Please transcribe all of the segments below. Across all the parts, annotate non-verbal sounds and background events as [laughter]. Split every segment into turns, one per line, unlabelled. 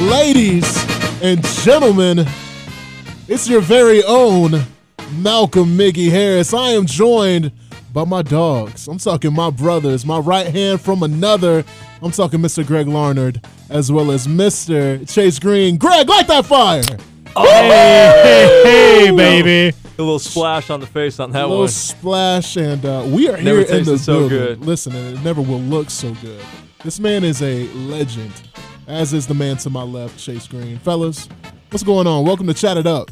Ladies and gentlemen, it's your very own Malcolm Mickey Harris. I am joined by my dogs. I'm talking my brothers, my right hand from another. I'm talking Mr. Greg Larnard, as well as Mr. Chase Green. Greg, light that fire!
Hey, hey, hey, baby.
A little splash on the face on that
A little
one.
splash, and uh, we are here
Never
in the
tasted so
building.
good.
Listen, and it never will look so good. This man is a legend, as is the man to my left, Chase Green. Fellas, what's going on? Welcome to Chat It Up.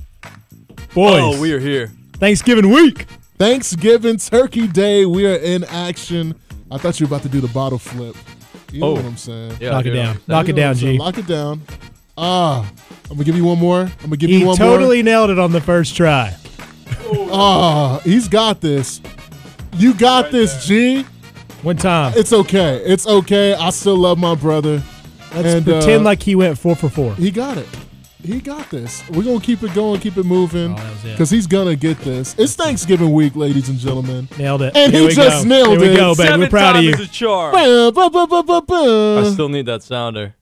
Boys,
Oh, we are here.
Thanksgiving week.
Thanksgiving Turkey Day, we are in action. I thought you were about to do the bottle flip. You know
Oh.
what I'm saying?
Yeah,
Knock it
dude.
down.
You
Knock it
know what I'm
down,
saying?
G.
Lock it down. Ah, I'm gonna give you one more. I'm gonna give you
He
one
totally nailed it on the first try.
more. Ah, he's got this. You got this, G.
One time.
It's okay. It's okay. I still love my brother.
Let's
and, uh,
pretend like he went four for four.
He got it. He got this. We're gonna keep it going, keep it moving,
Oh, that was it.
because he's gonna get this. It's Thanksgiving week, ladies and gentlemen.
Nailed it.
And
Here
he
we
just
go.
nailed
Here
it.
we go, baby. We're
Seven
proud of
times
you. uh,
is a
Ba,
charm.
ba, ba, ba, ba, ba.
I still need that sounder.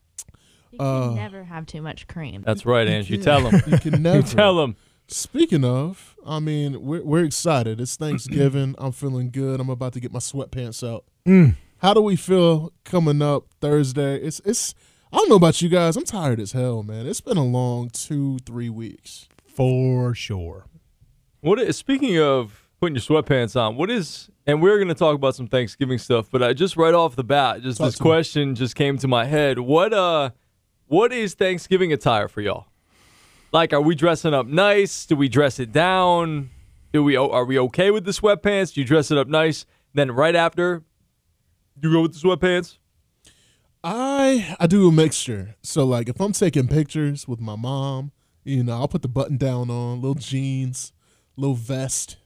You can never have too much cream.
That's right, Angie.
[laughs]
Tell him.
You
[laughs]
can never
Tell him.
Speaking of, I mean, we're we're excited.
[clears throat]
It's Thanksgiving. I'm feeling good. I'm about to get my sweatpants out.
Mm.
How do we feel coming up Thursday? It's it's. I don't know about you guys. I'm tired as hell, man. It's been a long two, three weeks.
For sure.
What is, speaking of putting your sweatpants on, what is and we're gonna talk about some Thanksgiving stuff, but I just right off the bat, just
Talk
this
to me.
question just came to my head. What uh what is Thanksgiving attire for y'all? Like are we dressing up nice? Do we dress it down? Do we are we okay with the sweatpants? Do you dress it up nice? Then right after you go with the sweatpants?
I I do a mixture. So like, if I'm taking pictures with my mom, you know, I'll put the button down on, little jeans, little vest.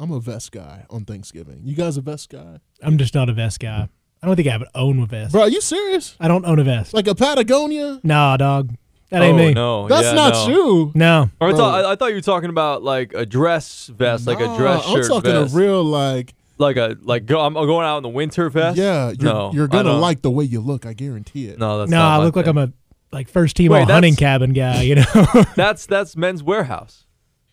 I'm a vest guy on Thanksgiving. You guys a vest guy,
I'm just not a vest guy. I don't think I would own a vest.
bro? Are you serious?
I don't own a vest.
Like a Patagonia?
Nah, dog. That ain't
oh,
me.
No,
That's
yeah,
not
no.
you.
No.
Or I, thought,
No.
I, I thought you were talking about like a dress vest, like a
Nah,
dress shirt
I'm talking
vest,
a real like
like a like go, I'm going out in the winter vest.
yeah. You're,
no,
you're
I
gonna
don't.
like the way you look. I guarantee it.
No, that's
No,
not
I
my
look like I'm
thing.
a like first team
Wait,
all
that's-
hunting cabin guy, you know? [laughs]
That's that's Men's Warehouse.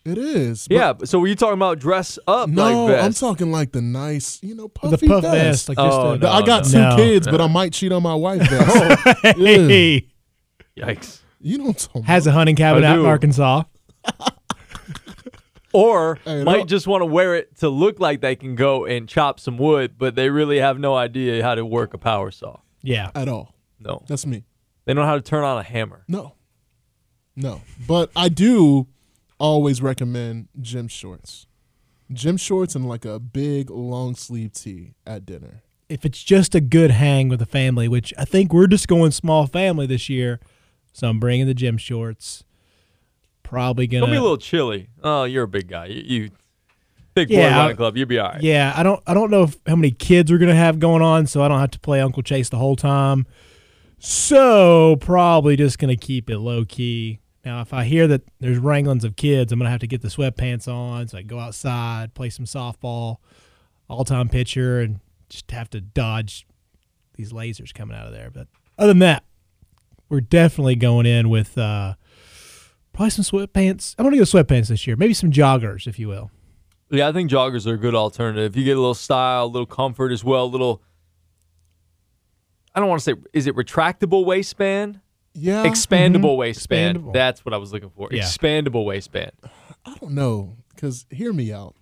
It is. but
Yeah. So were you talking about dress up
No,
like vest?
I'm talking like the nice, you know,
With
puffy
a puff vest.
vest.
Like just
Oh,
a,
The- I
no,
got
no.
two
No.
kids, but I might cheat on my
[laughs]
wife. Vest. Yeah.
Hey.
Yikes.
You don't. Talk
Has a hunting cabin
I
out
do.
in Arkansas.
Or
Hey,
might
don't-
just want to wear it to look like they can go and chop some wood, but they really have no idea how to work a power saw.
Yeah.
at all.
No,
That's me.
they don't know how to turn on a hammer.
No, no. But I do always recommend gym shorts, gym shorts, and like a big long sleeve tee at dinner.
if it's just a good hang with a family, which I think we're just going small family this year, so I'm bringing the gym shorts. Probably gonna.
Don't be a little chilly. Oh, you're a big guy. You, you big boy
Yeah, I-
running club. You'll be all right.
yeah, I don't. I don't know if, how many kids we're gonna have going on, so I don't have to play Uncle Chase the whole time. So probably just gonna keep it low key. Now, if I hear that there's wranglings of kids, I'm gonna have to get the sweatpants on, so I can go outside, play some softball, all time pitcher, and just have to dodge these lasers coming out of there. But other than that, we're definitely going in with uh, probably some sweatpants. I'm gonna go sweatpants this year, maybe some joggers, if you will.
Yeah, I think joggers are a good alternative. You get a little style, a little comfort as well, a little. I don't want to say, is it retractable waistband?
Yeah,
Expandable waistband.
Expandable.
That's what I was looking for.
Yeah.
Expandable waistband.
I don't know, cause hear me out.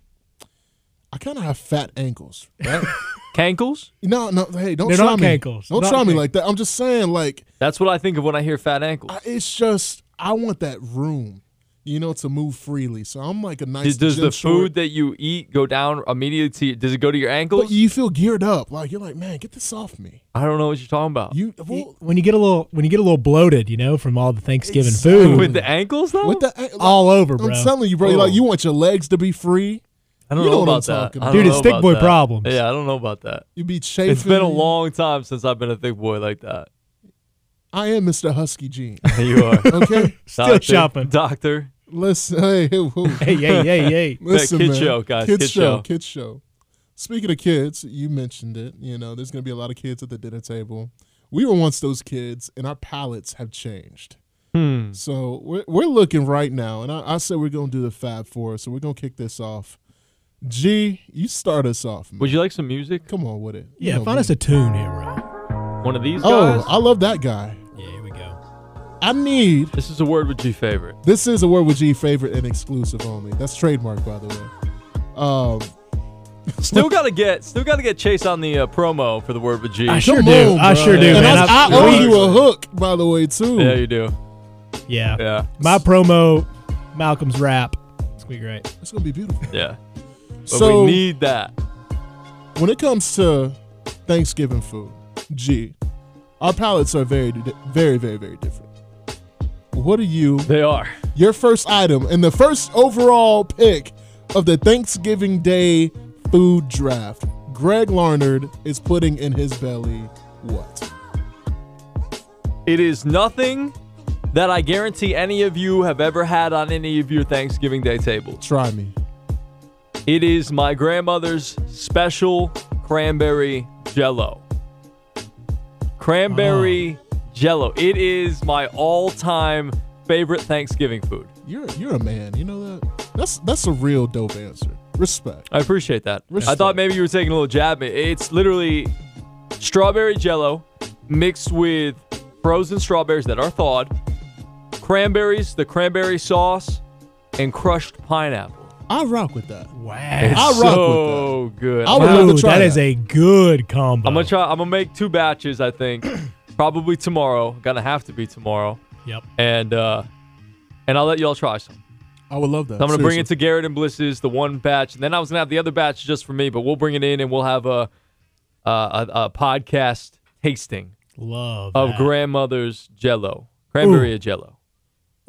I kind of have fat ankles, right?
Cankles?
no, no. Hey, don't
They're
try
not
me.
ankles.
Don't
Not
try me
ankles.
like that. I'm just saying, like
That's what I think of when I hear fat ankles.
I, it's just I want that room, you know, to move freely. So I'm like a nice.
Does, does
gym
the
short-
food that you eat go down immediately to Does it go to your
But
ankles?
you feel geared up, like you're like, man, get this off me.
I don't know what you're talking about.
You well,
when you get a little when you get a little bloated, you know, from all the Thanksgiving
Exactly.
food
With the ankles, though?
What the? eh, Like,
[laughs] all over, Oh, bro.
I'm telling you, bro. Like
Oh.
you want your legs to be free.
I don't
you know
know
what I'm
about that.
talking
I
about.
don't
Dude, it's
know
thick
about
boy
that.
problems.
Yeah, I don't know about that.
You be chafing. [laughs]
It's been a long time since I've been a thick boy like that. [laughs]
I am Mr. Husky Gene.
you are.
Okay, [laughs]
Still
Doctor-
shopping.
Doctor.
listen. Hey, hey, whoa.
hey, hey, hey, hey.
listen,
kid
man.
show, guys,
Kids
kid
show.
show.
Kids show. Speaking of kids, you mentioned it. You know, there's gonna be a lot of kids at the dinner table. we were once those kids, and our palates have changed.
Hmm.
So we're, we're looking right now, and I, I said we're gonna do the Fab Four, so we're gonna kick this off. G, you start us off. Man.
Would you like some music?
Come on with it. You
Yeah,
know
find
me.
us a tune here, bro.
One of these
Oh,
guys.
I love that guy.
Yeah, here we go.
I need.
this is a word with G favorite.
This is a word with G favorite and exclusive only. That's trademark, by the way. Um,
Still gotta get, still gotta get Chase on the uh, promo for the word with G.
I
come
sure do.
on,
I
bro.
sure do,
And
man.
I, I
I've-
owe
we-
you a hook, by the way, too.
yeah, you do.
Yeah.
Yeah,
My promo, Malcolm's rap. It's gonna be great.
it's gonna be beautiful.
yeah. But
so
we need that.
when it comes to Thanksgiving food, G, our palates are very, di- very, very, very different. What are you?
They are.
Your first item and the first overall pick of the Thanksgiving Day food draft. Greg Larnard is putting in his belly what?
It is nothing that I guarantee any of you have ever had on any of your Thanksgiving Day tables.
Try me.
It is my grandmother's special cranberry jello. Cranberry
Oh.
jello. It is my all-time favorite Thanksgiving food.
You're you're a man. You know that. That's that's a real dope answer. Respect.
I appreciate that. I
Respect.
thought maybe you were taking a little jab. at me. It's literally strawberry jello mixed with frozen strawberries that are thawed, cranberries, the cranberry sauce, and crushed pineapple.
I rock with that.
Wow.
I rock with
so good.
I
I'm
would love to
Dude,
try
that is a good combo.
gonna try. I'm gonna make two batches. I think [clears throat] probably tomorrow. Gonna have to be tomorrow,
Yep.
and uh, and I'll let y'all try some.
I would love that.
So I'm gonna bring it
Seriously.
to Garrett and Bliss's the one batch, and then I was gonna have the other batch just for me. But we'll bring it in, and we'll have a a, a, a podcast tasting
Love.
of
that.
grandmother's Jello, cranberry Jello.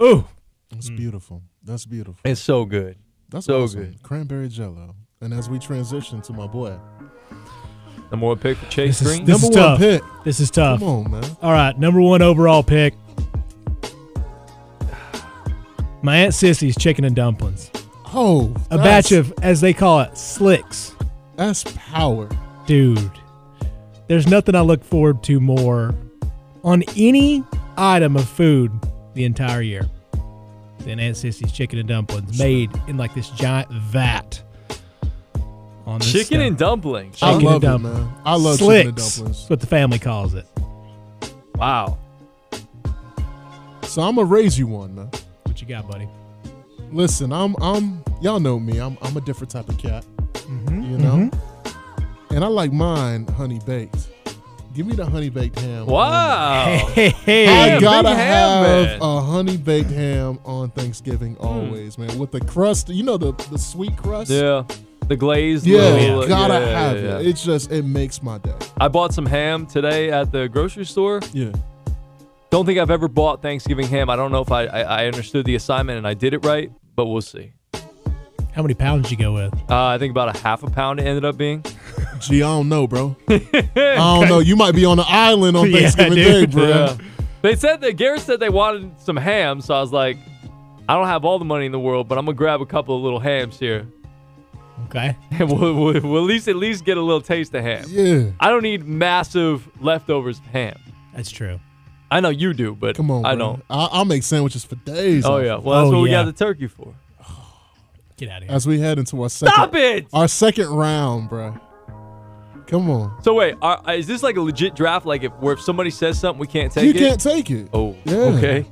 Ooh.
That's beautiful. That's beautiful.
It's so good.
That's
So
awesome.
good.
Cranberry Jello. And as we transition to my boy,
Number one pick for Chase
This is-
Green.
this-
number one
tough.
pick.
This is tough.
Come on, man.
All right, number one overall pick. My aunt Sissy's chicken and dumplings.
Oh,
A
that's-
batch of, as they call it, slicks.
that's power.
Dude, there's nothing I look forward to more on any item of food the entire year than Aunt Sissy's chicken and dumplings made in like this giant vat. On this
Chicken
stuff.
and dumplings.
I
Chicken and
love it,
dumplings.
man. I love
slicks.
chicken and dumplings.
That's what the family calls it.
Wow.
So I'm gonna raise you one, man.
What you got, buddy?
Listen, I'm I'm y'all know me. I'm I'm a different type of cat. you know? And I like mine honey baked. Give me the honey baked ham.
Wow.
[laughs] Hey, hey,
I
hey.
gotta
big ham,
have
man. Hmm.
a honey baked ham on Thanksgiving always, man. With the crust, you know the the sweet crust.
yeah. The glazed.
Oh, Yeah,
little-
gotta
yeah, yeah,
have
yeah.
it. It's just it makes my day.
I bought some ham today at the grocery store.
Yeah.
Don't think I've ever bought Thanksgiving ham. I don't know if I, I, I understood the assignment and I did it right, but we'll see.
How many pounds did you go with?
Uh, I think about a half a pound it ended
[laughs]
up being.
Gee, I don't know,
[laughs]
bro. I don't know. You might be on the island on
Yeah,
Thanksgiving Day,
dude.
bro.
They said that Garrett said they wanted some ham, so I was like, I don't have all the money in the world, but I'm gonna grab a couple of little hams here, [laughs]
Okay.
and we'll, we'll, we'll at least at least get a little taste of ham.
Yeah.
I don't need massive leftovers of ham.
That's true.
I know you do, but
Come on,
I
bro.
don't.
I, I'll make sandwiches for days.
Oh
off
yeah,
of
well that's
Oh,
what we
yeah.
got the turkey for.
Get out of
it.
here.
As we head into our second,
Stop it!
our second round, bro. Come on,
So wait, are, is this like a legit draft? Like if where if somebody says something we can't take
you
it?
can't take it.
Oh,
Yeah.
okay.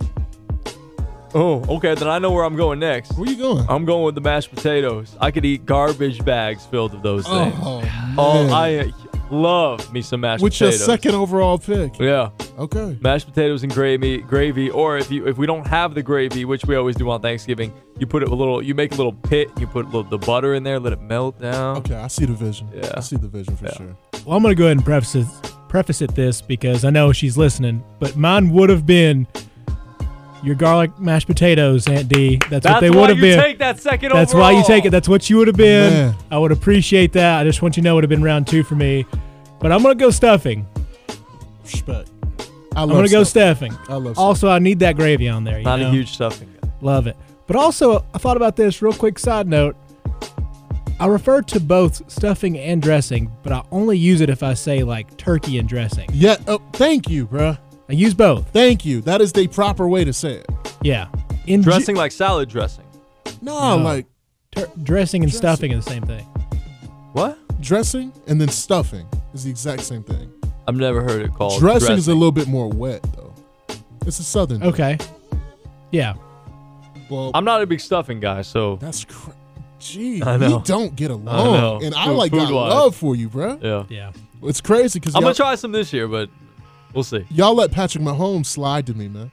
Oh, okay. Then I know where I'm going next.
Where you going?
I'm going with the mashed potatoes. I could eat garbage bags filled of those things.
oh,
Oh,
man.
I uh, love me some mashed
with your
potatoes.
second overall pick.
Yeah,
Okay.
mashed potatoes and gravy, gravy. Or if you if we don't have the gravy, which we always do on Thanksgiving, you put it a little. You make a little pit. You put a little, the butter in there. Let it melt down.
Okay, I see the vision.
Yeah.
I see the vision for
Yeah.
sure.
Well, I'm going to go ahead and preface it, preface it this because I know she's listening, but mine would have been your garlic mashed potatoes, Aunt D. That's,
That's
what they
why
would have
you
been.
take that second.
That's
overall.
why you take it. That's what you would have been.
Man.
I would appreciate that. I just want you to know it would have been round two for me. But I'm going to go stuffing.
Respect. I love
I'm going to go
stuff.
stuffing.
I love stuff.
Also, I need that gravy on there. you
Not
know?
a huge stuffing. guy.
Love it. But also, I thought about this real quick side note. I refer to both stuffing and dressing, but I only use it if I say like turkey and dressing.
Yeah. Oh, thank you, bruh.
I use both.
Thank you. That is the proper way to say it.
Yeah. In ge-
Dressing like salad dressing.
Nah,
No.
like
tur- dressing and stuffing are the same thing.
What?
dressing and then stuffing is the exact same thing.
I've never heard it called
dressing, is a little bit more wet though. It's a southern. thing.
Okay. Yeah.
Well,
I'm not a big stuffing guy, so
that's cr- gee.
I
We
know.
don't get
know.
along, and I
Food-
like got
food-wise.
love for you, bruh.
yeah.
Yeah.
It's crazy because
I'm
y'all,
gonna try some this year, but we'll see.
y'all let Patrick Mahomes slide to me, man.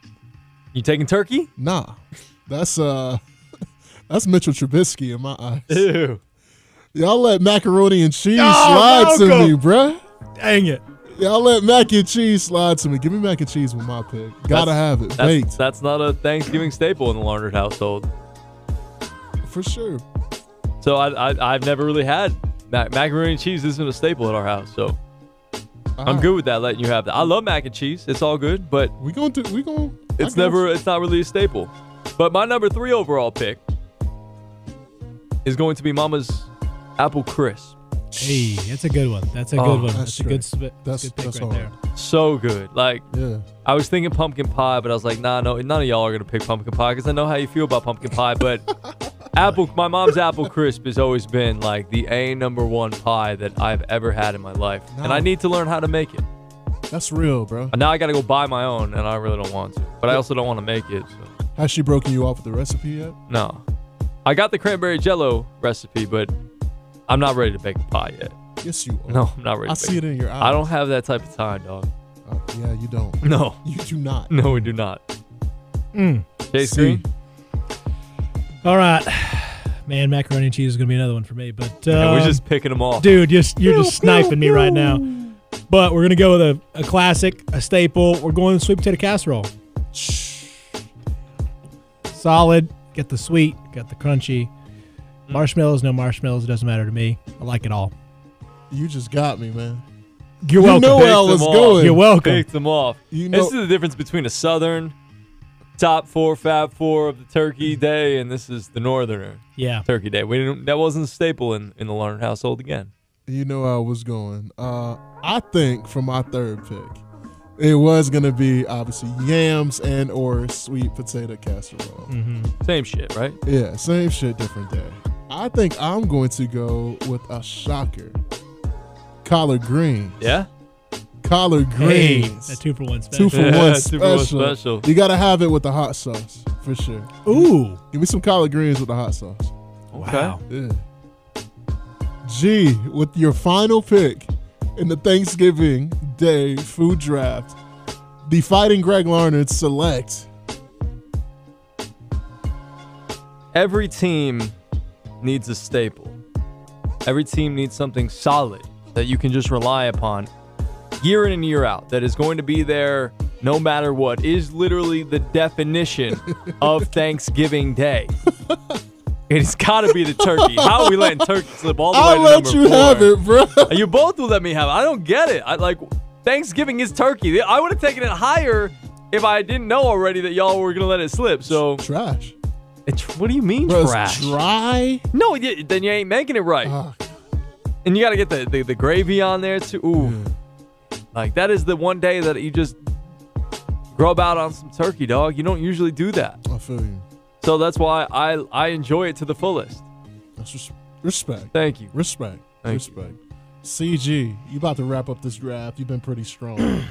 You taking turkey?
Nah, that's uh, [laughs] that's Mitchell Trubisky in my eyes.
[laughs] Ew.
Y'all let macaroni and cheese
Oh,
slide to
Malcolm.
me, bruh.
Dang it.
Y'all let mac and cheese slide to me. Give me mac and cheese with my pick. Gotta have it.
That's,
Baked.
that's not a Thanksgiving staple in the Larned household.
For sure.
So I, I I've never really had mac- macaroni and cheese isn't a staple at our house. So I'm
Ah,
good with that. Letting you have that. I love mac and cheese. It's all good, but
We gonna do we gonna I
it's
got
never
you.
it's not really a staple. But my number three overall pick is going to be Mama's apple crisp.
Hey, that's a good one. That's a
Oh,
good one.
that's
That's, a good,
straight.
sp-
That's-
that's, good pick
that's
right
all right.
there.
So good. Like
Yeah.
I was thinking pumpkin pie, but I was like, nah, no, none of y'all are gonna pick pumpkin pie because I know how you feel about pumpkin
[laughs]
pie. But apple, my mom's apple crisp has always been like the a number one pie that I've ever had in my life, and I
No.
need to learn how to make it.
That's real, bro.
And now I gotta go buy my own, and I really don't want to, but I also don't want to make it. So.
Has she broken you off with the recipe yet?
No, I got the cranberry jello recipe, but I'm not ready to bake a pie yet.
Yes, you are.
No, I'm not ready.
I
to
see
bake.
it in your eyes.
I don't have that type of time, dog.
Uh, yeah, you don't.
No, [laughs]
You do not.
no, we do not.
Mm.
Chase
See.
Green,
All right. [sighs] Man, macaroni and cheese is going to be another one for me. But uh,
Um,
and we're just picking them off.
dude, just you're just sniping me right now. But we're gonna go with a, a classic, a staple. We're going with sweet potato casserole. Solid. Got the sweet, got the crunchy. Marshmallows, no marshmallows, it doesn't matter to me. I like it all.
You just got me, man.
You're
You
welcome.
know where I
Pick
was
them all.
going.
You're welcome.
picked them off.
You know-
this is the difference between a Southern top four, Fab Four of the Turkey Day, and this is the Northerner
Yeah.
Turkey Day. We didn't, that wasn't a staple in, in the Larned household again.
You know where I was going. Uh, I think for my third pick, it was gonna be obviously yams and or sweet potato casserole.
Mm-hmm.
Same shit, right?
Yeah, same shit, different day. I think I'm going to go with a shocker. Collard green.
Yeah.
Collard
Hey,
greens.
a two for one
two
special.
for
Yeah,
one
two
special.
for one special.
You gotta have it with the hot sauce for sure.
Ooh.
Give me some collard greens with the hot sauce.
Wow.
Yeah. G, with your final pick in the Thanksgiving Day food draft, the Fighting Greg Larned select.
Every team needs a staple. Every team needs something solid that you can just rely upon year in and year out that is going to be there no matter what is literally
[laughs]
the definition of Thanksgiving Day. It's got to be the turkey. How are we letting turkey slip all the
I'll
way to
let
number
you
four?
have it, bro.
You both will let me have it. I don't get it. I like Thanksgiving is turkey. I would have taken it higher if I didn't know already that y'all were gonna let it slip. So,
Trash.
it's, what do you mean
Bro,
trash?
it's dry.
No, y- then you ain't making it right.
Uh-huh.
Ah,
and you gotta get the, the, the gravy on there too. Ooh. Like that is the one day that you just grub out on some turkey, dog. You don't usually do that.
I feel you.
So that's why I I enjoy it to the fullest.
That's res- respect.
Thank you.
Respect.
Thank you.
respect. CG, you about to wrap up this draft. You've been pretty
[clears throat]
strong.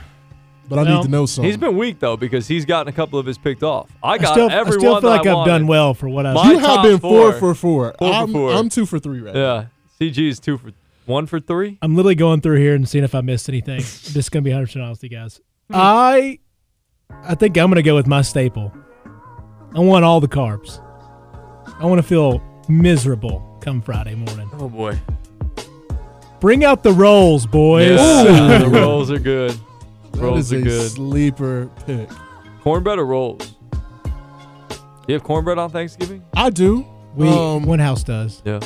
but I
Well,
need to know something.
He's been weak though because he's gotten a couple of his picked off. I
Oh. I
got
still, I
everyone
still feel
that
like
I
I've done
wanted.
well for what I've
My-
you have
top
been four, for
four.
four.
Four for
I'm,
four.
I'm two for three right now.
Yeah. CG is two for one for three.
I'm literally going through here and seeing if I missed anything. I'm just gonna be 100 percent honest with you guys. I, I think I'm gonna go with my staple. I want all the carbs. I want to feel miserable come Friday morning.
Oh boy.
Bring out the rolls, boys.
Yeah, [laughs] the rolls are good.
That is
rolls are
a
good.
sleeper pick.
Cornbread or rolls? You have cornbread on Thanksgiving?
I do.
We
um,
one house does.
Yeah.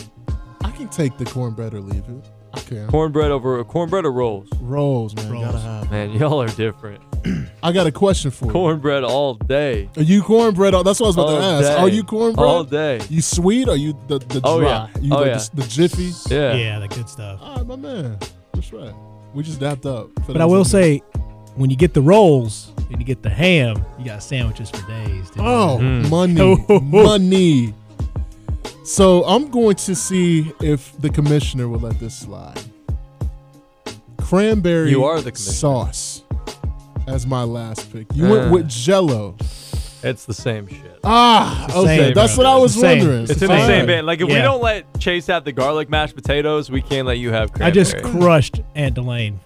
I can take the cornbread or leave it. Okay.
Cornbread over cornbread or rolls?
Rolls, man.
Rolls.
Gotta have.
Man, y'all are different.
I got a question for you.
[laughs] Cornbread all day.
Are you cornbread? That's what I was about
all
to ask.
Day.
Are you cornbread?
All day.
You sweet? Or are you the, the dry?
Oh, yeah.
You
Oh,
like
yeah.
the, the jiffy?
Yeah.
yeah, the good stuff.
All right, my man. That's right. We just dapped up. for
But
those
I will
of you.
say, when you get the rolls and you get the ham, you got sandwiches for days. Dude.
Oh,
Mm.
money,
[laughs]
money. So I'm going to see if the commissioner will let this slide. Cranberry
You are the commissioner.
sauce as my last pick. You
Uh.
went with Jello.
It's the same shit.
Ah,
the
okay,
same,
that's
bro.
what I
It's
was
the same.
wondering.
It's in the
fine.
same band. Like if we
Yeah.
don't let Chase have the garlic mashed potatoes, we can't let you have.
I
Cranberry.
just crushed Aunt Delane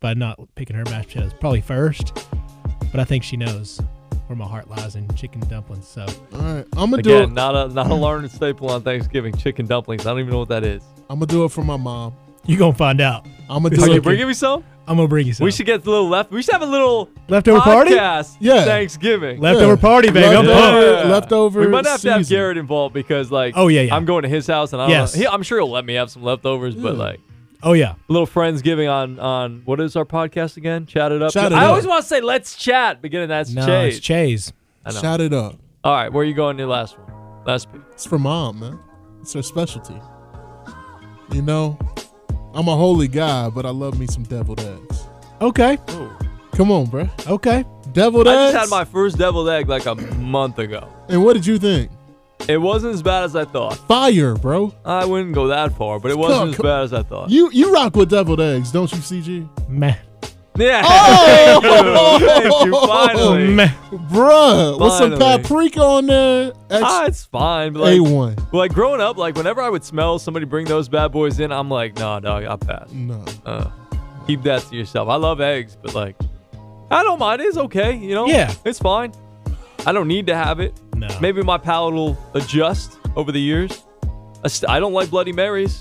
by not picking her mashed potatoes. Probably first, but I think she knows where my heart lies in chicken dumplings. So
All right, I'm gonna do
again
it.
not a not a learned staple on Thanksgiving. Chicken dumplings. I don't even know what that is.
I'm gonna do it for my mom.
you gonna find out.
I'm gonna
Are
do
you
it.
bringing me some?
I'm gonna bring you some.
We should get a little left. We should have a little
leftover party.
podcast.
Yeah.
Thanksgiving.
Leftover party, baby. I'm
Leftover-
pumped.
leftover
We might have to have
season.
Garrett involved because, like,
Oh, yeah, yeah.
I'm going to his house, and I don't
Yes.
know. He, I'm sure he'll let me have some leftovers, but
Yeah.
like
Oh yeah,
a little friendsgiving on on what is our podcast again? Chat it up.
Chat It
I
Up.
always want to say let's chat, beginning that's
no,
Chase.
it's Chase.
I know.
Shout it up.
All right, where you going? Your last one, last pick.
It's for mom, man. It's her specialty. You know, I'm a holy guy, but I love me some deviled eggs.
Okay,
Come on, bruh.
okay.
Deviled
Oh. I
eggs.
just had my first deviled egg like a month ago.
and what did you think?
It wasn't as bad as I thought.
Fire, bro.
I wouldn't go that far, but it
Come-
wasn't as
come-
bad as I thought.
You you rock with deviled eggs, don't you,
[laughs]
CG?
Meh.
Yeah. [laughs]
Oh!
Thank you, finally.
Meh.
Bruh, with some
Finally.
paprika on there.
Ah,
X
it's fine. But like,
A1.
like growing up, like whenever I would smell somebody bring those bad boys in, I'm like, nah, dog, I pass.
No.
Uh, keep that to yourself. I love eggs, but like, I don't mind. It's okay, you know.
Yeah.
it's fine. I don't need to have it.
No.
Maybe my palate will adjust over the years. I, st- I don't like Bloody Marys.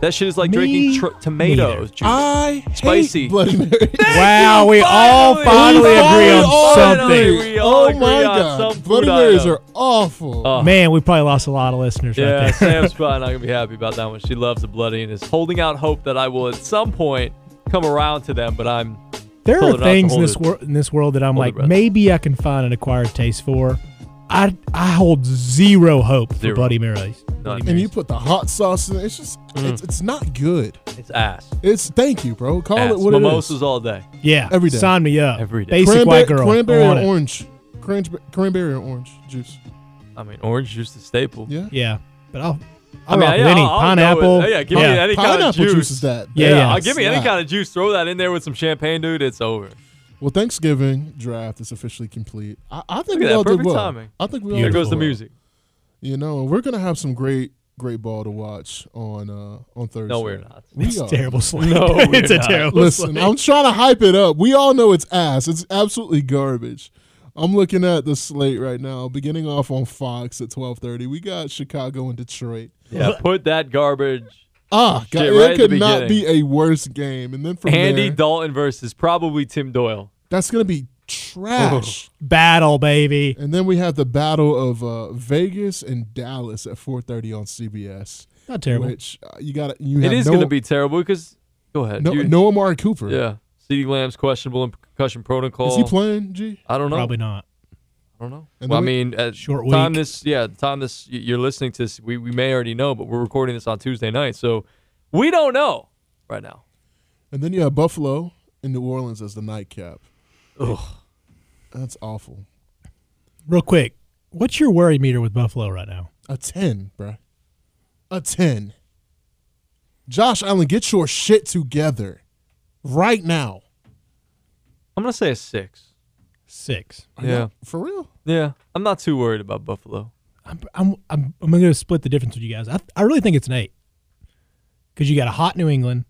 That shit is like
Me
drinking tr- tomatoes. juice.
I
Spicy.
hate Bloody Mary.
Wow, we all
finally
finally agree
finally all
on
agree.
something.
We all
oh
agree
my
on some
god.
food
Bloody Marys
item.
are awful.
Oh,
Man, we probably lost a lot of listeners right
Yeah,
there.
Sam's
[laughs]
probably not gonna be happy about that one. She loves the bloody and is holding out hope that I will at some point come around to them. But I'm
There
Pull it
are
up,
things in
hold
this
it.
world in this world that I'm
Hold it,
like,
brother.
maybe I can find an acquired taste for. I I hold zero hope
Zero.
for Bloody Marys.
None.
Bloody
and
Marys.
you put the hot sauce in it. It's just it's,
Mm.
it's not good.
it's ass.
It's thank you, bro. Call
ass.
it what
Mimosas
it is.
all day.
yeah,
every day.
Sign me up.
Every day.
Basic
Cranberry,
white girl.
cranberry
on
and
it.
orange. Cranberry, cranberry and orange juice.
I mean, orange juice is staple.
Yeah.
Yeah, but I'll.
I
I'll
mean,
rock with
yeah,
any
I'll- I'll go with-
pineapple.
yeah, give me any kind
Pineapple
of juice.
is that.
Yeah,
Yeah,
yeah.
I'll give me any
Slap.
kind of juice. Throw that in there with some champagne, dude. It's over.
Well, Thanksgiving draft is officially complete. I, I think
Look at
we
that,
all did
perfect
well.
timing.
I think we all
There
did
goes the
well.
music.
You know, we're gonna have some great, great ball to watch on uh on Thursday.
No, we're not.
We
[laughs] It's
are.
terrible slate.
No,
[laughs]
we're
it's a
not. [laughs]
terrible
Listen,
slate.
I'm trying to hype it up. We all know it's ass. It's absolutely garbage. I'm looking at the slate right now. Beginning off on Fox at 12:30, we got Chicago and Detroit.
Yeah, put that garbage.
Ah, God,
Shit,
it
right at the
could not be a
beginning.
worse game. And then from
Andy
there,
Dalton versus probably Tim Doyle.
that's gonna be trash.
Oh.
Battle, baby.
And then we have the battle of uh, Vegas and Dallas at 4:30 on CBS.
Not terrible.
Which uh, you got you
It
have
is
no,
going to be terrible because. Go ahead.
no,
You-
no Amari Cooper.
Yeah. CeeDee Lamb's questionable in concussion protocol.
Is he playing? G.
I don't know.
Probably not.
I don't know.
And
Well, I
then we-
mean, at
Short
time
week.
this, yeah, the time this y- you're listening to this, we, we may already know, but we're recording this on Tuesday night, so we don't know right now.
And then you have Buffalo and New Orleans as the nightcap.
Ugh.
That's awful.
Real quick, what's your worry meter with Buffalo right now?
A 10, bruh. A 10. Josh Allen, get your shit together right now.
I'm gonna say a six.
Six.
Are you-
Yeah.
For real?
Yeah, I'm not too worried about Buffalo.
I'm I'm I'm, I'm going to split the difference with you guys. I I really think it's an eight because you got a hot New England.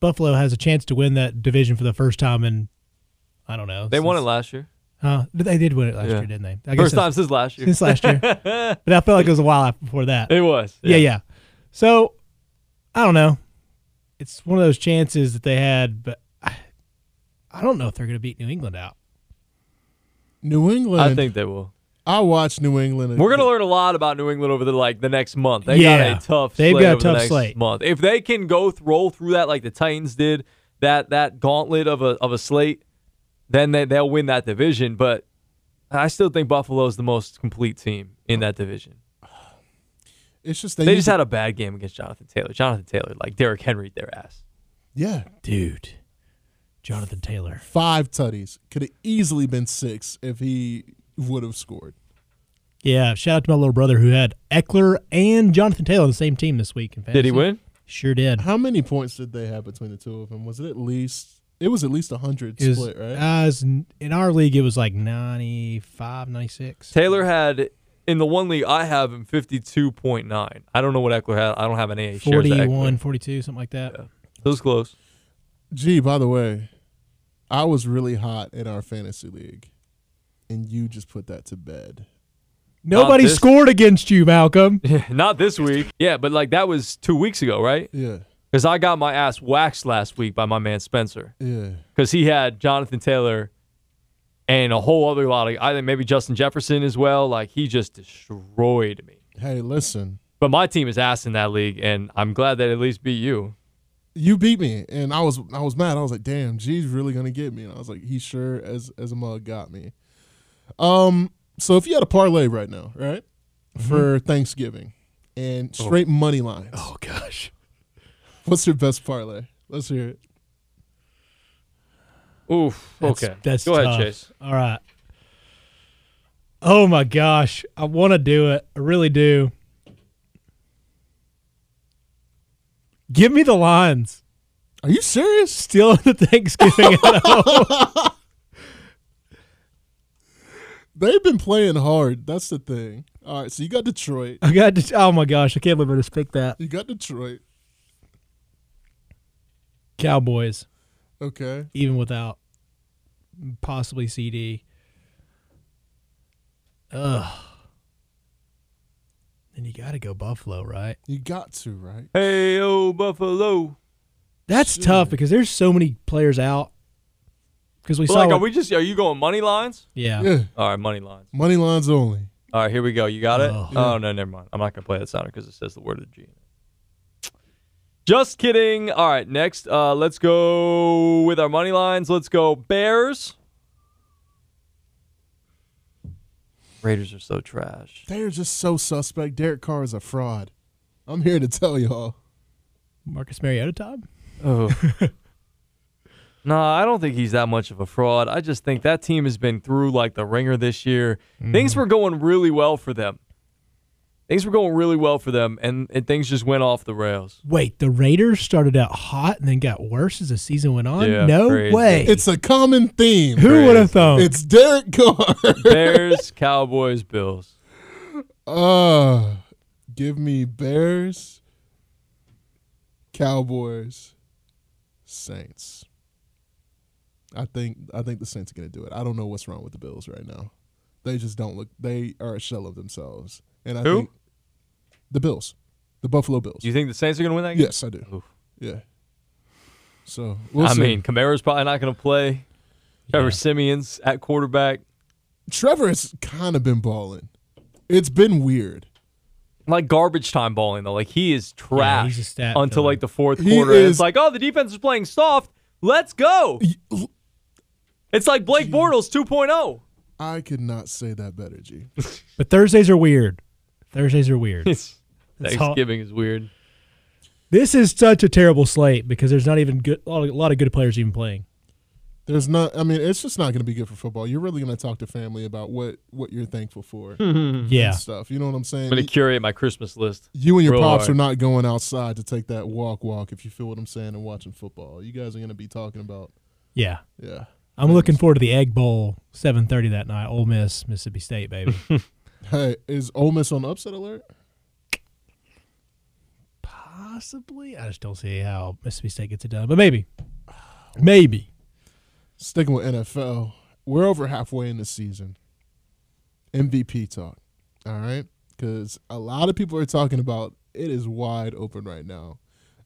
Buffalo has a chance to win that division for the first time in I don't know.
They won it
since-
last year.
Huh? They did win it last
Yeah.
year, didn't they? I that's-
First time since last year.
since
[laughs]
last year. but I felt like it was a while after- before that.
It was.
yeah, yeah. So I don't know. It's one of those chances that they had, but I, I don't know if they're going to beat New England out.
New England.
I think they will.
I watched New England.
We're gonna learn a lot about New England over the like the next month. They
Yeah.
got a tough.
They've
slate
got a
over the
tough
next
slate.
month. If they can go th- roll through that like the Titans did, that that gauntlet of a of a slate, then they they'll win that division. But I still think Buffalo's the most complete team in that division.
It's just
They
need
just
to-
had a bad game against Jonathan Taylor. Jonathan Taylor, like Derrick Henry, their ass.
yeah
Dude. Jonathan Taylor.
five tutties. Could have easily been six if he would have scored.
Yeah, shout out to my little brother who had Eckler and Jonathan Taylor on the same team this week. In
Did he
fantasy.
win?
Sure did.
How many points did they have between the two of them? Was it at least? It was at least a hundred
It was,
split, right?
uh, it was- in our league, it was like 95, 96.
Taylor had in the one league I have him fifty two point nine. I don't know what Eckler had. I don't have any shares of Eckler.
41, 42, something like that.
Yeah. It was [laughs] close.
Gee, by the way, I was really hot in our fantasy league, and you just put that to bed.
Nobody
this-
scored against you, Malcolm.
Not this week. Yeah, but like that was two weeks ago, right?
Yeah,
Because I got my ass waxed last week by my man Spencer.
yeah.
Because he had Jonathan Taylor and a whole other lot of, I think maybe Justin Jefferson as well. Like he just destroyed me.
Hey, listen,
But my team is ass in that league, and I'm glad that it at least beat you.
you beat me, and I was I was mad. I was like, damn, G's really gonna get me, and I was like, he sure as as a mug got me. Um, so if you had a parlay right now, right, for Thanksgiving, and straight money lines,
Oh, gosh.
what's your best parlay? Let's hear it.
Oof.
That's-
okay.
that's
Go
tough.
ahead, Chase.
All right. Oh, my gosh. I want to do it. I really do. Give me the lines.
Are you serious?
Still [laughs] the
[laughs]
Thanksgiving at home.
They've been playing hard. That's the thing. All right, so you got Detroit.
[laughs] I got to, oh my gosh, I can't believe I just picked that.
You got Detroit.
Cowboys,
Okay.
even without possibly CD. Ugh. Then you got to go Buffalo, right?
You got to, right?
Hey, oh, Buffalo.
That's tough because there's so many players out. Because we
But,
saw,
like, are
what-
we just, are you going money lines?
yeah,
Yeah.
All right, money lines.
Money lines only.
All right, here we go. You got it?
Oh.
Oh, no, never mind. I'm not going to play that sounder because it says the word of the G. in it. Just kidding. All right, next, uh, let's go with our money lines. Let's go Bears. Raiders are so trash.
They're just so suspect. Derek Carr is a fraud. I'm here to tell y'all.
Marcus Mariota time.
[laughs] Oh. no, I don't think he's that much of a fraud. I just think that team has been through like the ringer this year. Things were going really well for them. Things were going really well for them, and, and things just went off the rails.
Wait, the Raiders started out hot and then got worse as the season went on.
Yeah,
no
crazy.
way.
It's a common theme.
Who would have
crazy.
[laughs]
thought?
It's Derek Carr. [laughs]
Bears, [laughs] Cowboys, Bills.
Uh, give me Bears, Cowboys, Saints. I think I think the Saints are gonna do it. I don't know what's wrong with the Bills right now. They just don't look. They are a shell of themselves. And I
Who?
think the Bills, the Buffalo Bills.
Do you think the Saints are going to win that game?
yes, I do.
Oof.
Yeah. So we'll
I
see.
mean, Kamara's probably not going to play. Trevor
Yeah.
Simeon's at quarterback.
Trevor has kind of been balling. It's been weird.
Like garbage time balling though. Like he is trash
he's a stat
until
killer.
like the fourth
He
quarter. and
is-
it's like, oh, the defense is playing soft. Let's go. It's like Blake Bortles oh. 2.0.
I could not say that better, G.
but Thursdays are weird. Thursdays are weird.
It's
It's hot.
Thanksgiving is weird.
This is such a terrible slate because there's not even good a lot of, a lot of good players even playing.
There's not. I mean, it's just not going to be good for football. You're really going to talk to family about what what you're thankful
[laughs]
for
Yeah,
and stuff. You know what I'm saying?
I'm going to curate my Christmas list.
you and your
real
pops
hard.
are not going outside to take that walk, walk. If you feel what I'm saying, and watching football, you guys are going to be talking about
yeah.
yeah.
I'm looking forward to the Egg Bowl, 7:30 that night. Ole Miss, Mississippi State, baby.
Hey, is Ole Miss on upset alert?
Possibly. I just don't see how Mississippi State gets it done, but maybe, maybe.
Sticking with NFL, we're over halfway in the season. MVP talk, all right? Because a lot of people are talking about it is wide open right now.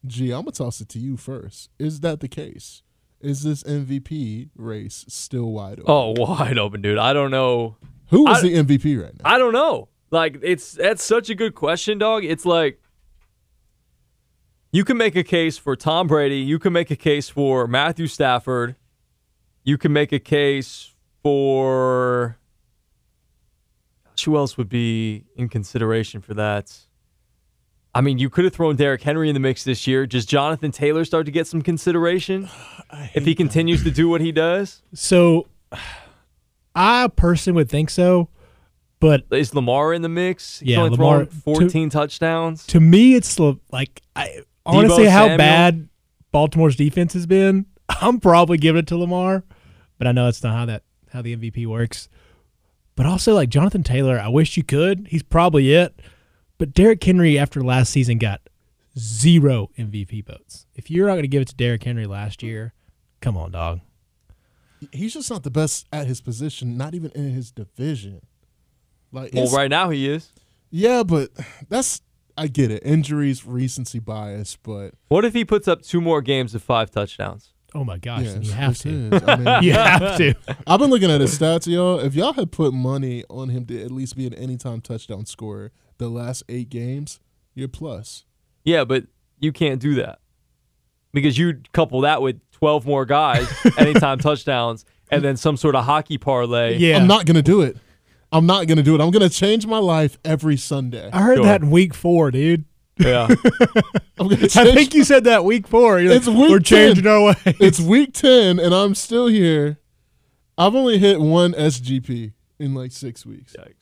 Gee, I'm gonna toss it to you first. Is that the case? Is this MVP race still wide open?
Oh, wide open, dude. I don't know.
Who is
Oh, I-
the MVP right now?
I don't know. Like it's that's such a good question, dog. It's like you can make a case for Tom Brady, you can make a case for Matthew Stafford, you can make a case for gosh, who else would be in consideration for that? I mean, you could have thrown Derrick Henry in the mix this year. Does Jonathan Taylor start to get
[sighs]
some consideration if he continues to do what he does?
So, [sighs] I personally would think so, but
Is Lamar in the mix? He's
Yeah,
only
Lamar-
thrown 14 touchdowns.
to me, it's l- like I honestly how
Samuel.
bad Baltimore's defense has been. [laughs] I'm probably giving it to Lamar, but I know that's not how that how the MVP works. But also like Jonathan Taylor, I wish you could. He's probably it. But Derrick Henry after last season got zero MVP votes. If you're not going to give it to Derrick Henry last year, come on, dog.
He's just not the best at his position, not even in his division. Like
Well,
his-
right now he is.
Yeah, but that's I get it. Injuries, recency bias, but
What if he puts up two more games of five touchdowns?
Oh my gosh,
yeah,
then you
it's-
have
it's
to.
his. I mean,
[laughs] You have
[laughs]
to.
I've been looking at his stats, y'all. If y'all had put money on him to at least be an anytime touchdown scorer the last eight games, you're plus.
Yeah, but you can't do that because you'd couple that with 12 more guys, anytime touchdowns, and then some sort of hockey parlay.
Yeah.
I'm not gonna do it. I'm not gonna do it. I'm gonna change my life every Sunday.
I heard
Sure.
that in week 4, dude.
Yeah.
I'm gonna
[laughs] I
change.
think you said that week 4. You're
It's
like,
week
we're changing
10.
our way. [laughs]
it's week ten, and I'm still here. I've only hit one SGP in like six weeks,
Yikes.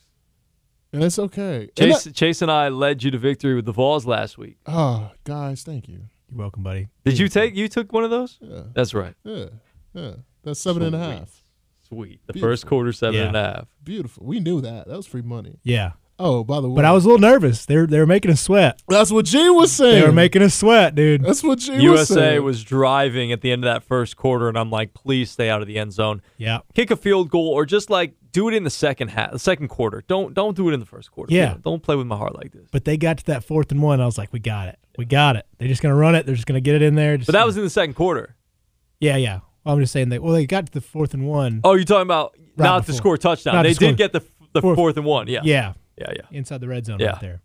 and it's okay. And
Chase, Chase and I led you to victory with the Vols last week.
I- oh, guys, thank you.
You're welcome, buddy.
Did you take you took one of those?
Yeah.
That's right.
Yeah, yeah. That's seven and a half.
Sweet. The
Beautiful.
first quarter seven
Yeah.
and a half.
Beautiful. We knew that. That was free money.
Yeah.
Oh, by the way,
But I was a little nervous. They were, they were making us sweat.
That's what G was saying.
They were making us sweat, dude.
Uh.
That's what G was
USA
saying.
was driving at the end of that first quarter, and I'm like, please stay out of the end zone.
Yeah.
kick a field goal or just like do it in the second half, the second quarter. Don't don't do it in the first quarter.
Yeah.
Don't, don't play with my heart like this.
But they got to that fourth and one. I was like, we got it. We got it. They're just going to run it. They're just going to get it in there. Just,
But that was in the second quarter.
Yeah, yeah. Well, I'm just saying that. Well, they got to the fourth and one.
Oh, you're talking about
Right
not to
before.
score a touchdown.
Not to
they
score.
did get the f- the
Fourth.
fourth. and one. Yeah.
yeah.
Yeah. Yeah.
Inside the red zone
Yeah.
right there.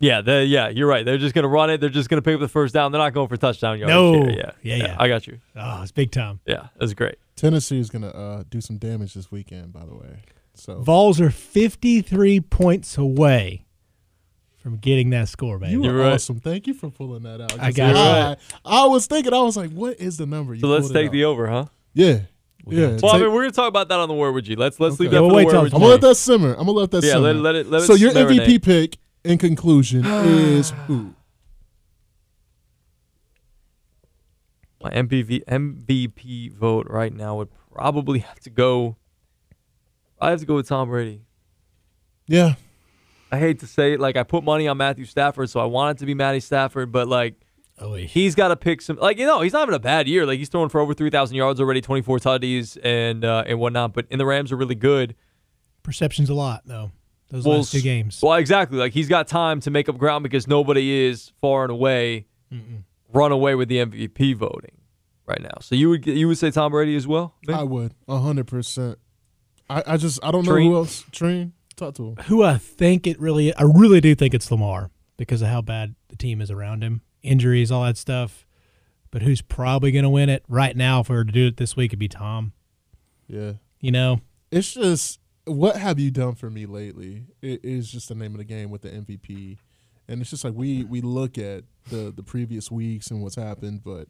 Yeah. they- yeah. You're right. They're just gonna run it. They're just gonna pick up the first down. They're not going for touchdown yards.
No.
Yeah. Yeah.
Yeah, yeah.
I got you.
Oh, it's big time.
Yeah. That's great.
Tennessee is gonna uh, do some damage this weekend, by the way. So
Vols are 53 points away from getting that score, man.
you
You're
were
right.
awesome. Thank you for pulling that out.
I got
it.
I, I was thinking. I was like, what is the number? You
So let's
pulled it
take the
out.
over, huh?
yeah,
We
yeah.
got
Well, I
Take-
mean, we're gonna talk about that on the word with you. Let's let's leave
Okay.
Yeah,
that for
we'll
the
wait
word
till
with
I'm
I'm
G.
gonna let that simmer. I'm gonna let that
Yeah.
simmer.
Let, it- let it. Let
so
it
your
marinate.
MVP pick in conclusion is who?
My MVP MVP vote right now would probably have to go. I have to go with Tom Brady.
Yeah,
I hate to say it, like I put money on Matthew Stafford, so I want it to be Matty Stafford, but like
Oh, yeah.
he's got to pick some. Like you know, he's not having a bad year. Like he's throwing for over three thousand yards already, twenty four tutties and uh, and whatnot. But and the Rams are really good.
Perception's a lot, though. Those
Well,
last two
s-
games.
Well, exactly. Like he's got time to make up ground because nobody is far and away run away with the MVP voting right now. So you would you would say Tom Brady as well? Vic?
I would hundred percent. I, I just I don't know
Treen?
who else. Treen, talk
[laughs]
to him.
who I think it really I really do think it's Lamar because of how bad the team is around him, injuries, all that stuff. But who's probably going to win it right now? If we were to do it this week, it'd be Tom.
Yeah.
You know,
it's just what have you done for me lately it is just the name of the game with the mvp and it's just like we we look at the the previous weeks and what's happened but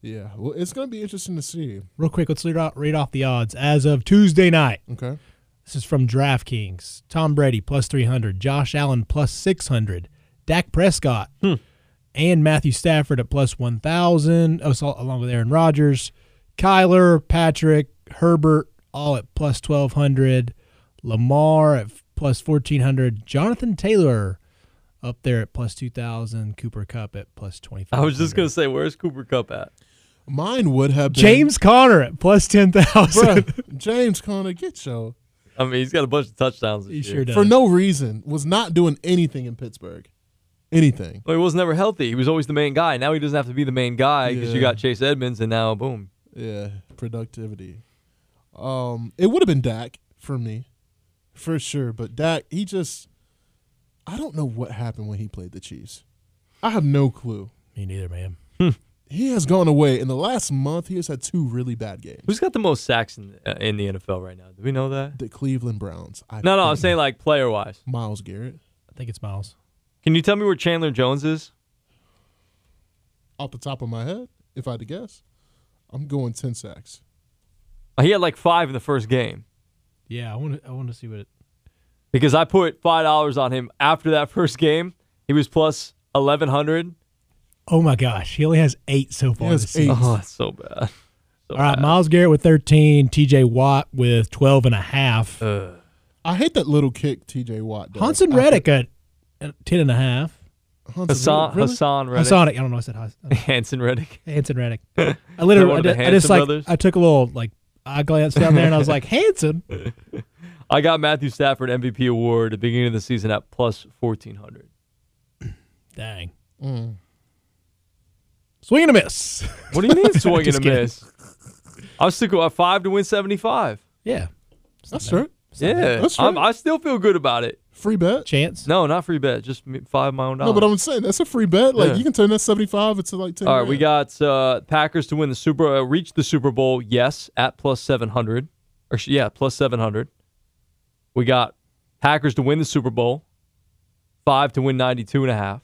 yeah well it's gonna be interesting to see
real quick, let's read off, read off the odds as of Tuesday night.
okay
This is from DraftKings. Tom Brady plus three hundred, Josh Allen plus six hundred, Dak Prescott
Hmm.
and Matthew Stafford at plus one thousand. Oh, so along with Aaron Rodgers, Kyler, Patrick, Herbert, all at plus twelve hundred, Lamar at f- plus fourteen hundred, Jonathan Taylor up there at plus two thousand, Cooper Cup at plus twenty five.
I was just gonna say, where's Cooper Cup at?
mine would have been
James Conner at plus ten
[laughs]
thousand.
Bruh, james Conner, get yo
I mean, he's got a bunch of
[laughs]
touchdowns.
he
This year.
sure does.
for no reason was not doing anything in pittsburgh anything
Well, he was never healthy. He was always the main guy. Now he doesn't have to be the main guy because
Yeah.
you got Chase Edmonds, and now boom.
yeah productivity um it would have been dak for me for sure. But Dak, he just, I don't know what happened when he played the Chiefs. I have no clue.
Me neither, man.
He has gone away in the last month. He has had two really bad games.
Who's got the most sacks in, uh, in the NFL right now? Do we know that?
The Cleveland Browns. I
No, no, I'm
think
saying like player wise.
Miles Garrett
I think it's Miles.
Can you tell me where Chandler Jones is?
off the top of my head. If I had to guess, I'm going ten sacks.
Uh, He had like five in the first game
Yeah, I want to. I want to see what it.
because I put five dollars on him after that first game. He was plus eleven hundred.
Oh my gosh, he only has eight so far.
has
this season.
eight.
Oh, that's so bad.
All
So
right,
bad.
Miles Garrett with 13, TJ Watt with 12 and a half.
Ugh.
I hate that little kick T.J. Watt. does.
Hanson
I-
Reddick at at 10 and a half.
Hanson
Hassan
Reddick, really?
Hassan Reddick.
Hassan, I don't know. I said Hans-
[laughs] Hanson Reddick.
Hanson Reddick. I literally,
one
I,
of the
did- I just
Hanson
like,
brothers?
I took a little like, I glanced down there and I
[laughs]
was like, Hanson.
I got Matthew Stafford MVP award at the beginning of the season at plus fourteen hundred.
Dang.
Mm.
Swing and a miss.
What do you
[laughs]
mean swing and
Just
a
kidding.
miss? I was still at five to win seventy five.
Yeah.
That's right.
Yeah,
That's
I'm,
right.
I still feel good about it.
Free bet.
Chance.
No, not free bet, just me- five of my own
No,
dollars.
but I'm saying that's a free bet. Like
Yeah.
you can turn that 75 into like 10.
All right, we
grand.
got uh, Packers to win the Super, uh, reach the Super Bowl. Yes, at plus seven hundred, or sh- yeah, plus seven hundred. We got Packers to win the Super Bowl, five to win ninety two and a half.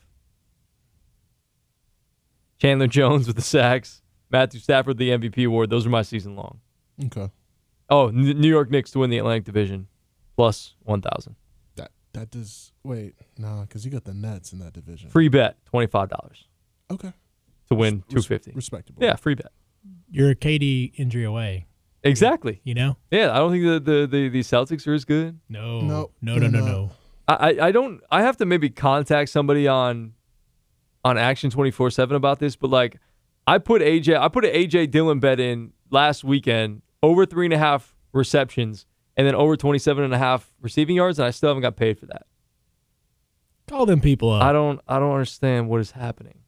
Chandler Jones with the sacks, Matthew Stafford the MVP award. Those are my season long.
okay.
Oh, N- New York Knicks to win the Atlantic Division, plus one thousand.
That that does wait nah because you got the Nets in that division.
Free bet twenty five dollars
Okay,
to win two
Res-
fifty.
respectable.
Yeah, free bet.
You're a KD injury away,
Exactly.
you know?
Yeah, I don't think the the, the, the Celtics are as good.
No.
Nope.
No, no,
They're
no,
not.
no.
I, I- I don't I have to maybe contact somebody on on Action twenty four seven about this, but like I put AJ I put an AJ Dillon bet in last weekend over three and a half receptions and then over 27 and a half receiving yards and I still haven't got paid for that.
Call them people up.
I don't I don't understand what is happening.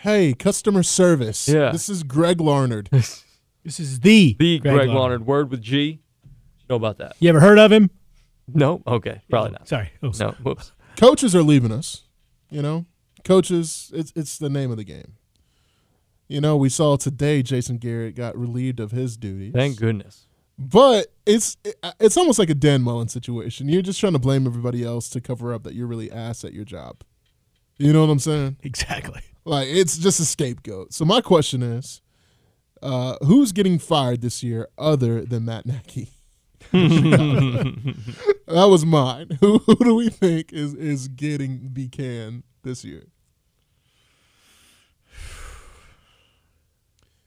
Hey, customer service.
Yeah.
This is Greg Larnard.
[laughs]
this is the,
The Greg,
Lauder.
Leonard word with G. You know about that?
You ever heard of him?
No? Okay. Probably not.
Sorry. Oh,
No. [laughs] Whoops.
Coaches are leaving us. You know, coaches. It's it's the name of the game. You know, we saw today Jason Garrett got relieved of his duties.
Thank goodness.
But it's it- it's almost like a Dan Mullen situation. You're just trying to blame everybody else to cover up that you're really ass at your job. You know what I'm saying?
Exactly.
Like it's just a scapegoat. So my question is, uh, who's getting fired this year other than Matt Nagy? [laughs] that was mine. Who, who do we think is is getting becan this year?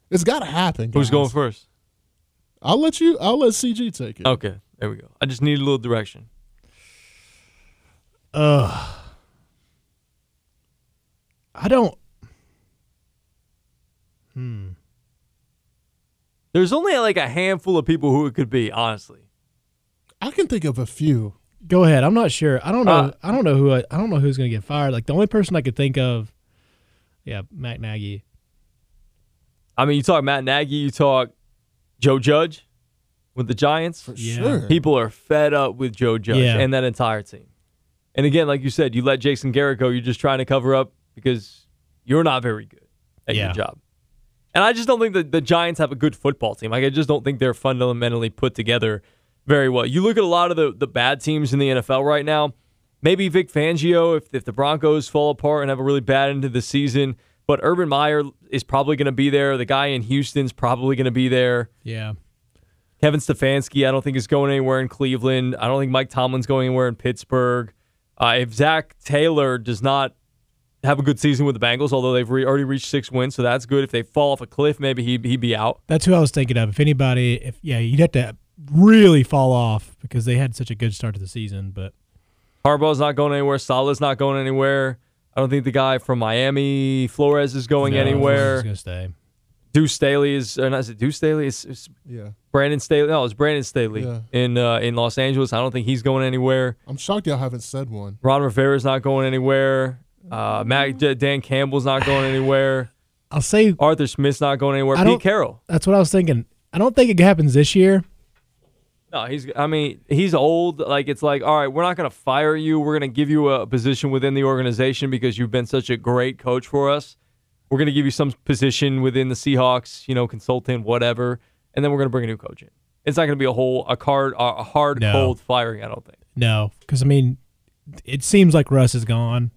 It's got to happen.
Who's
guys.
going first?
I'll let you. I'll let CG take it.
Okay. There we go. I just need a little direction.
Ugh. I don't. Hmm.
There's only like a handful of people who it could be, honestly.
I can think of a few.
Go ahead. I'm not sure. I don't know.
Uh,
I don't know who. I, I don't know who's going to get fired. Like the only person I could think of. Yeah, Matt Nagy.
I mean, you talk Matt Nagy, you talk Joe Judge with the Giants.
For
Yeah.
sure.
People are fed up with Joe Judge
Yeah.
and that entire team. And again, like you said, you let Jason Garrett go. You're just trying to cover up because you're not very good at
Yeah.
your job. And I just don't think that the Giants have a good football team. Like I just don't think they're fundamentally put together very well. You look at a lot of the, the bad teams in the NFL right now. Maybe Vic Fangio, if, if the Broncos fall apart and have a really bad end to the season, but Urban Meyer is probably going to be there. The guy in Houston's probably going to be there.
Yeah.
Kevin Stefanski, I don't think is going anywhere in Cleveland. I don't think Mike Tomlin's going anywhere in Pittsburgh. Uh, if Zach Taylor does not have a good season with the Bengals, although they've re- already reached six wins, so that's good. If they fall off a cliff, maybe he he'd be out.
That's who I was thinking of. If anybody, if yeah, you'd have to really fall off because they had such a good start to the season. But
Harbaugh's not going anywhere. Salah's not going anywhere. I don't think the guy from Miami, Flores, is going
No,
anywhere.
he's Gonna stay.
Deuce Staley is, or not, is it Deuce Staley? It's, it's
Yeah.
Brandon Staley. No, it's Brandon Staley
Yeah.
in uh, in Los Angeles. I don't think he's going anywhere.
I'm shocked y'all haven't said one.
Ron Rivera's not going anywhere. Uh, Mac, D- Dan Campbell's not going [laughs] anywhere.
I'll say
Arthur Smith's not going anywhere.
I
Pete
don't-
Carroll.
that's what I was thinking. I don't think it happens this year.
No, he's. I mean, he's old. Like it's like, all right, we're not gonna fire you. We're gonna give you a position within the organization because you've been such a great coach for us. We're gonna give you some position within the Seahawks, you know, consultant, whatever, and then we're gonna bring a new coach in. It's not gonna be a whole a card a hard
No.
cold firing. I don't think.
No, because I mean, it seems like Russ is gone.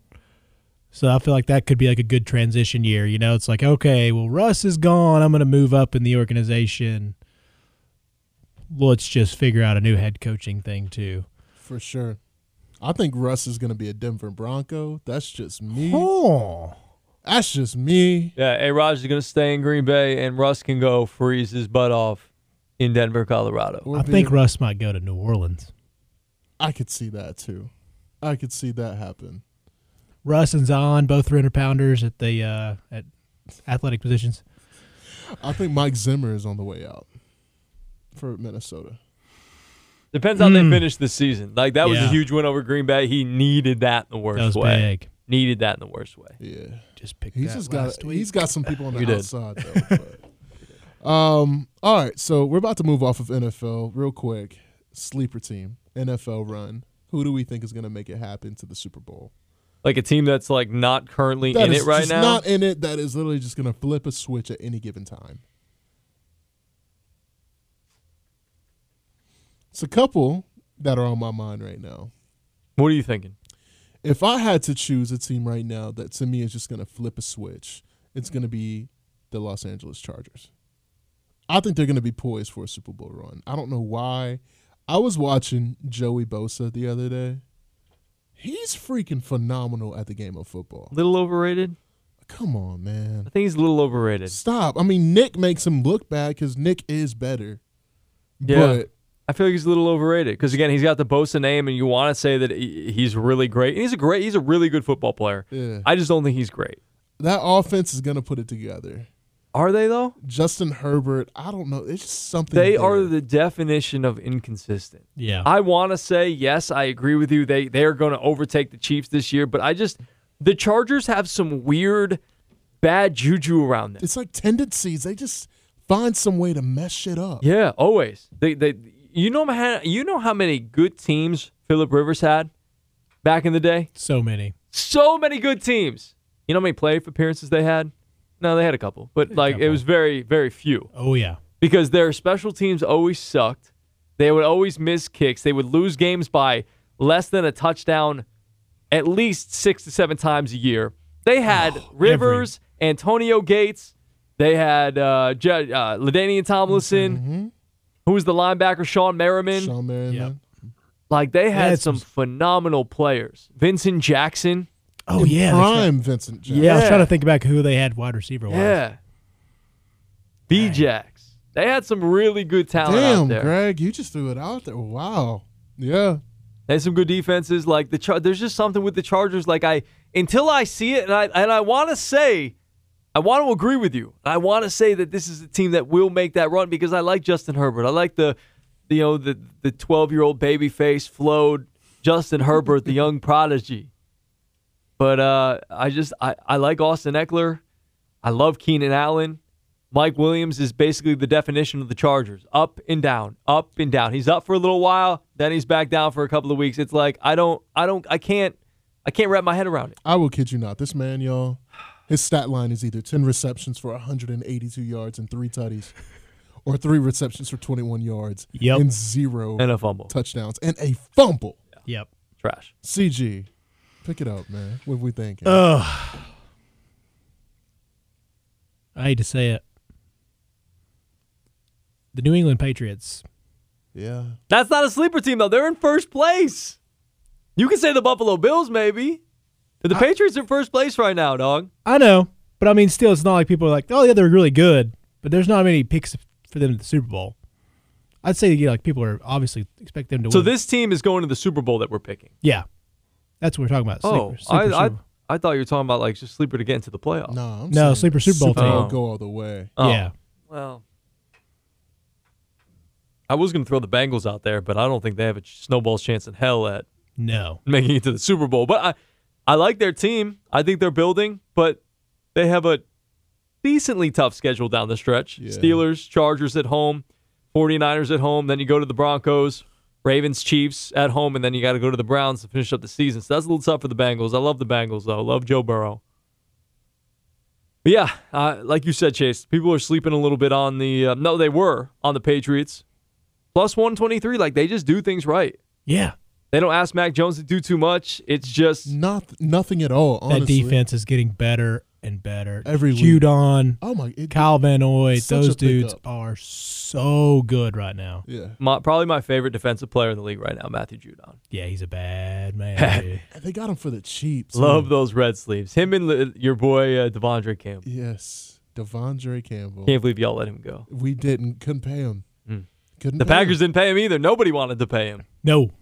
So I feel like that could be like a good transition year. You know, it's like, okay, well, Russ is gone. I'm going to move up in the organization. Let's just figure out a new head coaching thing, too.
for sure. I think Russ is going to be a Denver Bronco. That's just me.
Oh.
That's just me.
Yeah, A. Raj is gonna stay in Green Bay, and Russ can go freeze his butt off in Denver, Colorado.
Or
I think
be-
Russ might go to New Orleans.
I could see that too. I could see that happen.
Russ and Zahn, both 300 pounders at the uh, at athletic positions.
I think Mike Zimmer is on the way out for Minnesota.
Depends how they finish the season. Like that was a
Hmm. Yeah.
huge win over Green Bay. He needed that in the worst
That was
way.
big.
Needed that in the worst way.
Yeah.
Just picked
He's
that
just
last
got
week.
he's got some people on
[laughs] You
the
did.
outside though. but- [laughs] Um. All right, so we're about to move off of NFL real quick. Sleeper team, NFL run. Who do we think is going to make it happen to the Super Bowl?
Like a team that's like not currently
That
in
is
it right
just
now.
Not in it. That is literally just going to flip a switch at any given time. It's a couple that are on my mind right now.
what are you thinking?
if I had to choose a team right now that to me is just going to flip a switch, it's going to be the Los Angeles Chargers. I think they're going to be poised for a Super Bowl run. I don't know why. I was watching Joey Bosa the other day. He's freaking phenomenal at the game of football.
little overrated?
Come on,
I
man.
think he's a little overrated.
Stop. I mean, Nick makes him look bad because Nick is better.
Yeah.
But
I feel like he's a little overrated because again, he's got the Bosa name, and you want to say that he- he's really great. And he's a great, he's a really good football player.
Yeah.
I just don't think he's great.
that offense is going to put it together.
Are they though?
Justin Herbert, I don't know. It's just something.
They
there.
are the definition of inconsistent.
Yeah.
I want to say yes, I agree with you. They they are going to overtake the Chiefs this year, but I just the Chargers have some weird bad juju around them.
it's like tendencies. They just find some way to mess shit up.
Yeah, always. They they you know how you know how many good teams Philip Rivers had back in the day?
so many.
So many good teams. You know how many playoff appearances they had? No, they had a couple, but like it
couple.
was very very few
Oh, yeah.
because their special teams always sucked. They would always miss kicks. They would lose games by less than a touchdown at least 6 to 7 times a year. They had
[sighs]
Rivers, Antonio Gates, they had uh, J- uh LaDainian Tomlinson, who was the linebacker Sean Merriman.
Mm-hmm. Sean Merriman.
Yep.
Like they had
had
some
some-
phenomenal players. Vincent Jackson.
Oh, yeah. that's right.
Prime Vincent Jackson.
Yeah, I was
Yeah.
trying to think back who they had wide receiver wise.
Yeah. B Jax. They had some really good talent out
Damn,
there.
Greg, you just threw it out there. Wow. Yeah.
They had some good defenses. Like the char- there's just something with the Chargers. Like I until I see it, and I and I want to say, I want to agree with you. I want to say that this is a team that will make that run because I like Justin Herbert. I like the, the you know the the 12 year old baby face flowed Justin Herbert, the young prodigy. But uh, I just I, I like Austin Eckler. I love Keenan Allen. Mike Williams is basically the definition of the Chargers up and down, up and down. He's up for a little while, then he's back down for a couple of weeks. It's like I don't, I don't, I can't, I can't wrap my head around it.
I will kid you not. This man, y'all, his stat line is either 10 receptions for 182 yards and three tutties or three receptions for 21 yards
Yep.
and zero
And a fumble,
touchdowns and a fumble.
Yep.
trash.
CG, pick it up, man. What we thinking?
Uh, Ugh. I hate to say it. The New England Patriots.
yeah.
That's not a sleeper team though. They're in first place. You can say the Buffalo Bills maybe. But The Patriots are in first place right now, dog.
I know, but I mean, still, it's not like people are like, oh, yeah, they're really good, but there's not many picks for them to the Super Bowl. I'd say, yeah, like, people are obviously expect them to
So
win.
this team is going to the Super Bowl that we're picking.
Yeah. That's what we're talking about.
Oh,
Sleeper, sleeper,
I, I,
Super Bowl.
I thought you were talking about like just sleeper to get into the playoffs.
No, I'm saying
No, sleeper Super Bowl
Super Bowl
team.
go all the way.
Oh,
Yeah.
Well, I was going to throw the Bengals out there, but I don't think they have a ch- snowball's chance in hell at
No.
[laughs] making it to the Super Bowl. But I, I like their team. I think they're building, but they have a decently tough schedule down the stretch.
Yeah.
Steelers, Chargers at home, 49ers at home, then you go to the Broncos, Ravens, Chiefs at home, and then you got to go to the Browns to finish up the season. So that's a little tough for the Bengals. I love the Bengals though. Love Joe Burrow. But yeah, uh, like you said, Chase, people are sleeping a little bit on the. Uh, no, they were on the Patriots, plus one twenty three. Like they just do things right.
Yeah.
They don't ask Mac Jones to do too much. It's just
Not nothing at all.
That
Honestly.
defense is getting better and better.
Every week.
Judon,
Oh my. It,
Kyle Van Noy,
Such a
those dudes
pickup.
are so good right now.
Yeah.
my, probably my favorite defensive player in the league right now, Matthew Judon.
Yeah, he's a bad
[laughs]
man. dude.
They got him for the cheap. too.
Love those red sleeves. Him and li- your boy uh, Devondre Campbell.
Yes, Devondre Campbell.
Can't believe y'all let him go.
We didn't. Couldn't pay him.
Mm.
Couldn't.
The
pay
Packers
Him.
didn't pay him either. Nobody wanted to pay him.
no.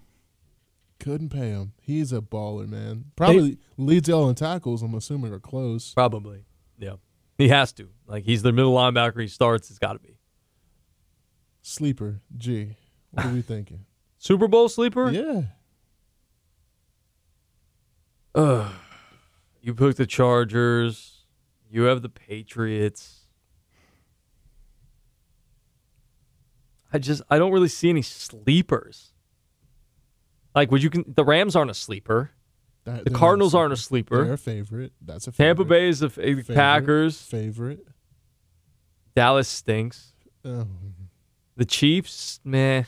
Couldn't pay him. He's a baller, man. Probably leads y'all in tackles. I'm assuming are close.
Probably. Yeah. He has to. Like he's the middle linebacker. He starts. It's got to be
Sleeper. G. What are we
[laughs]
thinking?
Super Bowl sleeper.
Yeah.
Ugh. You pick the Chargers. You have the Patriots. I just I don't really see any sleepers. Like would you can the Rams aren't a sleeper.
That-
The
they're
Cardinals
not
aren't a
sleeper.
sleeper.
They're a favorite. That's a favorite.
Tampa
Mm-hmm.
Bay is the f-
Favorite.
Packers.
favorite.
Dallas stinks.
Oh,
The Chiefs, meh.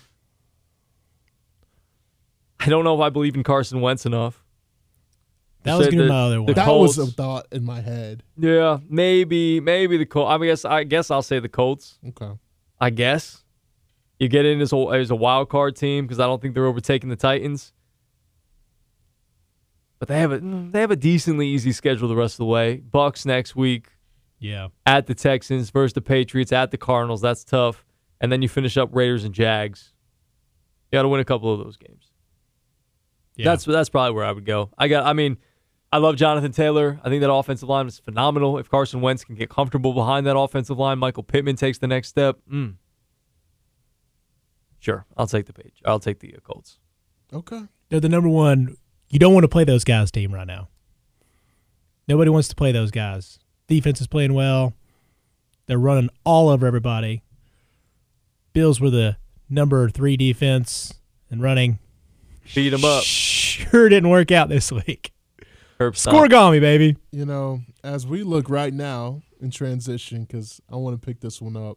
I don't know if I believe in Carson Wentz enough.
That was
said
gonna be
that
my other one.
the
that was a
Colts.
thought in my head.
Yeah, maybe, maybe the Colts. I guess I guess I'll say the Colts.
Okay.
I guess you get in as a, as a wild card team because I don't think they're overtaking the Titans. But they have a they have a decently easy schedule the rest of the way. Bucks next week
yeah.
at the Texans versus the Patriots at the Cardinals. That's tough, and then you finish up Raiders and Jags. You got to win a couple of those games.
yeah.
That's that's probably where I would go. I got. I mean, I love Jonathan Taylor. I think that offensive line is phenomenal. If Carson Wentz can get comfortable behind that offensive line, Michael Pittman takes the next step. Mm. Sure, I'll take the page. I'll take the uh, Colts.
Okay.
they're the number one. You don't want to play those guys team right now. Nobody wants to play those guys. Defense is playing well. They're running all over everybody. Bills were the number three defense and running.
Beat them up.
Sure didn't work out this week.
Herb
Score
Stein.
Gami, baby.
You know, as we look right now in transition, because I want to pick this one up.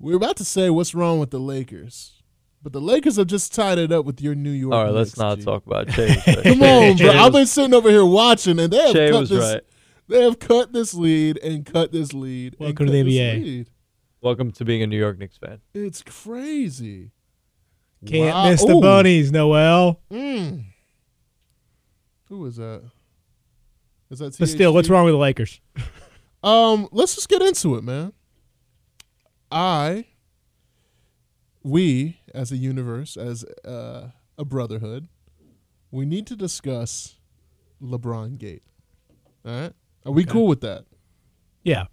We're about to say what's wrong with the Lakers, but the Lakers have just tied it up with your New York.
All right, let's
Knicks,
not
G.
talk about Chase.
Come
[laughs]
on, bro.
Jay
I've
was,
been sitting over here watching, and they have
Jay
cut
was
this.
right.
They have cut this lead and cut this lead. and
Welcome
cut
to the
this
NBA.
lead.
Welcome to being a New York Knicks fan.
It's crazy.
Can't
Wow.
miss the
Ooh.
bunnies, Noel.
Mm. Who is that? Is that?
But still, what's
THT?
wrong with the Lakers?
Um, let's just get into it, man. I, we as a universe, as uh, a brotherhood, we need to discuss LeBron Gate. All right, are we cool with that?
Yeah.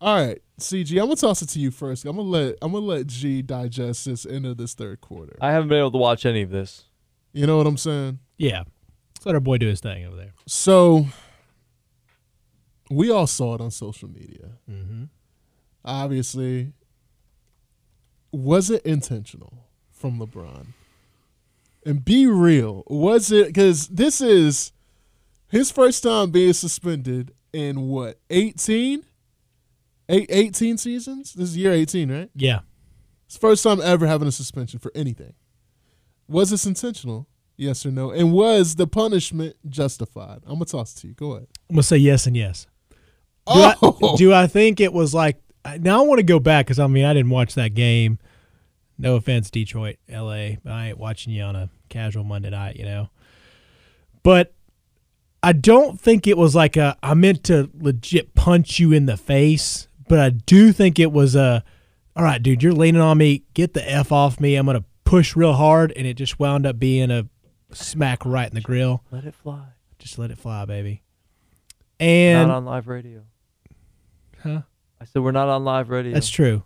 All right, CG, I'm gonna toss it to you first. I'm gonna let I'm gonna let G digest this end of this third quarter.
I haven't been able to watch any of this.
You know what I'm saying?
Yeah. Let's let our boy do his thing over there.
So we all saw it on social media.
Mm-hmm.
Obviously, was it intentional from LeBron? And be real, was it? Because this is his first time being suspended in what 18, Eight, 18 seasons. This is year 18, right?
Yeah.
It's the first time ever having a suspension for anything. Was this intentional? Yes or no? And was the punishment justified? I'm gonna toss it to you. Go ahead.
I'm going to say yes and yes. Do,
Oh,
I, do I think it was like I- now? I want to go back because I mean I didn't watch that game. No offense, Detroit, L.A. but I ain't watching you on a casual Monday night, you know. But I don't think it was like a I meant to legit punch you in the face, but I do think it was a all right, dude, you're leaning on me. Get the f off me. I'm gonna push real hard, and it just wound up being a smack right in the grill.
Let it fly.
Just let it fly, baby. And
not on live radio.
Huh?
I said we're not on live radio.
that's true.